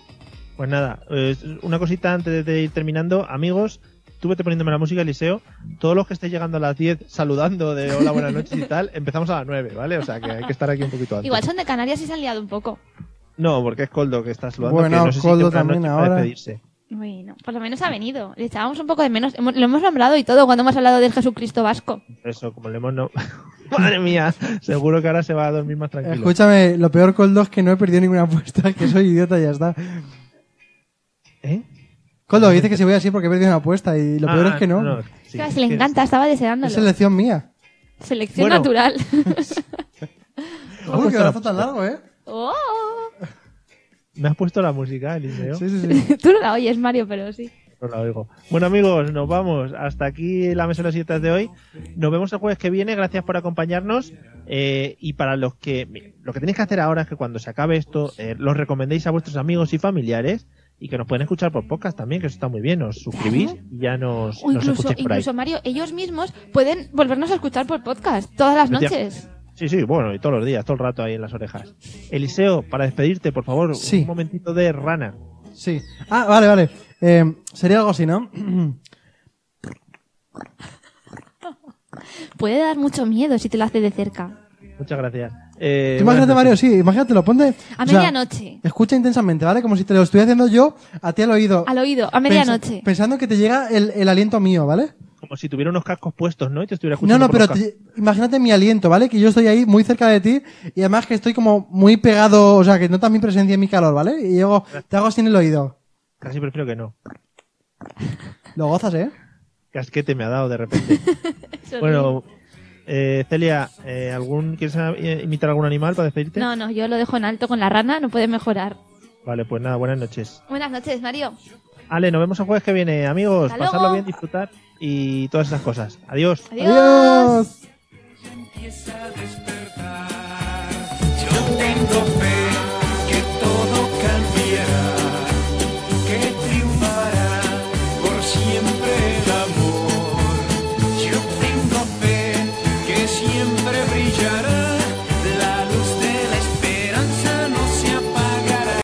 Speaker 1: pues nada, eh, una cosita antes de ir terminando, amigos, tú vete poniéndome la música, Eliseo. Todos los que estéis llegando a las 10 saludando de hola, buenas noches y tal, empezamos a las 9, ¿vale? O sea que hay que estar aquí un poquito antes.
Speaker 2: Igual son de Canarias y se han liado un poco.
Speaker 1: No, porque es Coldo que está saludando.
Speaker 4: Bueno,
Speaker 1: que no sé si
Speaker 4: Coldo
Speaker 1: tiene buenas
Speaker 4: también
Speaker 1: noches para
Speaker 4: ahora.
Speaker 1: despedirse.
Speaker 2: Bueno, por lo menos ha venido, le echábamos un poco de menos, Hemos- lo hemos nombrado y todo cuando hemos hablado del Jesucristo vasco.
Speaker 1: Eso, como le hemos... No... Madre mía, seguro que ahora se va a dormir más tranquilo.
Speaker 4: Escúchame, lo peor Coldo es que no he perdido ninguna apuesta, que soy idiota y ya está.
Speaker 1: ¿Eh?
Speaker 4: Coldo, dice que si voy así porque he perdido una apuesta y lo peor
Speaker 1: Ah,
Speaker 4: es que no.
Speaker 1: sí,
Speaker 2: Claro, se le
Speaker 1: que-
Speaker 2: encanta, estaba deseándolo.
Speaker 4: Es selección mía.
Speaker 2: Selección
Speaker 1: Bueno.
Speaker 2: natural.
Speaker 1: puesto
Speaker 4: Uy, qué
Speaker 1: la
Speaker 4: brazo tan largo, ¿eh?
Speaker 2: oh,
Speaker 1: ¿Me has puesto la música, Eliseo?
Speaker 4: Sí, sí, sí.
Speaker 2: tú no la oyes, Mario, pero sí.
Speaker 1: No la oigo. Bueno, amigos, nos vamos. Hasta aquí la mesa de las Sillitas de hoy. Nos vemos el jueves que viene. Gracias por acompañarnos. Eh, y para los que. miren, lo que tenéis que hacer ahora es que cuando se acabe esto, eh, los recomendéis a vuestros amigos y familiares. Y que nos pueden escuchar por podcast también, que eso está muy bien. Os suscribís y ya nos,
Speaker 2: O
Speaker 1: nos
Speaker 2: incluso,
Speaker 1: escucháis por ahí.
Speaker 2: incluso Mario, ellos mismos pueden volvernos a escuchar por podcast todas las noches.
Speaker 1: Sí, sí, bueno, y todos los días, todo el rato ahí en las orejas. Eliseo, para despedirte, por favor,
Speaker 4: Sí.
Speaker 1: un momentito de rana.
Speaker 4: Sí. Ah, vale, vale. Eh, sería algo así, ¿no? Eh,
Speaker 2: Puede dar mucho miedo si te lo hace de cerca.
Speaker 1: Muchas gracias. Eh,
Speaker 4: Tú imagínate,
Speaker 1: buenas
Speaker 4: Mario,
Speaker 1: noches.
Speaker 4: sí, imagínate, lo ponte.
Speaker 2: A
Speaker 4: o sea,
Speaker 2: medianoche.
Speaker 4: Escucha intensamente, ¿vale? Como si te lo estuviera haciendo yo a ti al oído.
Speaker 2: Al oído, a medianoche.
Speaker 4: Pens- pensando que te llega el, el aliento mío, ¿vale?
Speaker 1: Como si tuviera unos cascos puestos, ¿no? Y te estuviera
Speaker 4: No,
Speaker 1: escuchando.
Speaker 4: no,
Speaker 1: por
Speaker 4: pero
Speaker 1: los cascos.
Speaker 4: te- imagínate mi aliento, ¿vale? Que yo estoy ahí muy cerca de ti y además que estoy como muy pegado, o sea, que notas mi presencia y mi calor, ¿vale? Y luego te hago así en el oído.
Speaker 1: Casi prefiero que no.
Speaker 4: Lo gozas, ¿eh?
Speaker 1: Casquete me ha dado de repente. bueno, eh, Celia, eh, ¿algún, ¿quieres eh, imitar algún animal para despedirte?
Speaker 2: No, no, yo lo dejo en alto con la rana, no puede mejorar.
Speaker 1: Vale, pues nada, buenas noches.
Speaker 2: Buenas noches, Mario.
Speaker 1: Ale, nos vemos el jueves que viene, amigos.
Speaker 2: Hasta luego.
Speaker 1: Pasadlo bien, disfrutar y todas esas cosas. Adiós.
Speaker 2: Adiós.
Speaker 4: Adiós.
Speaker 7: Yo tengo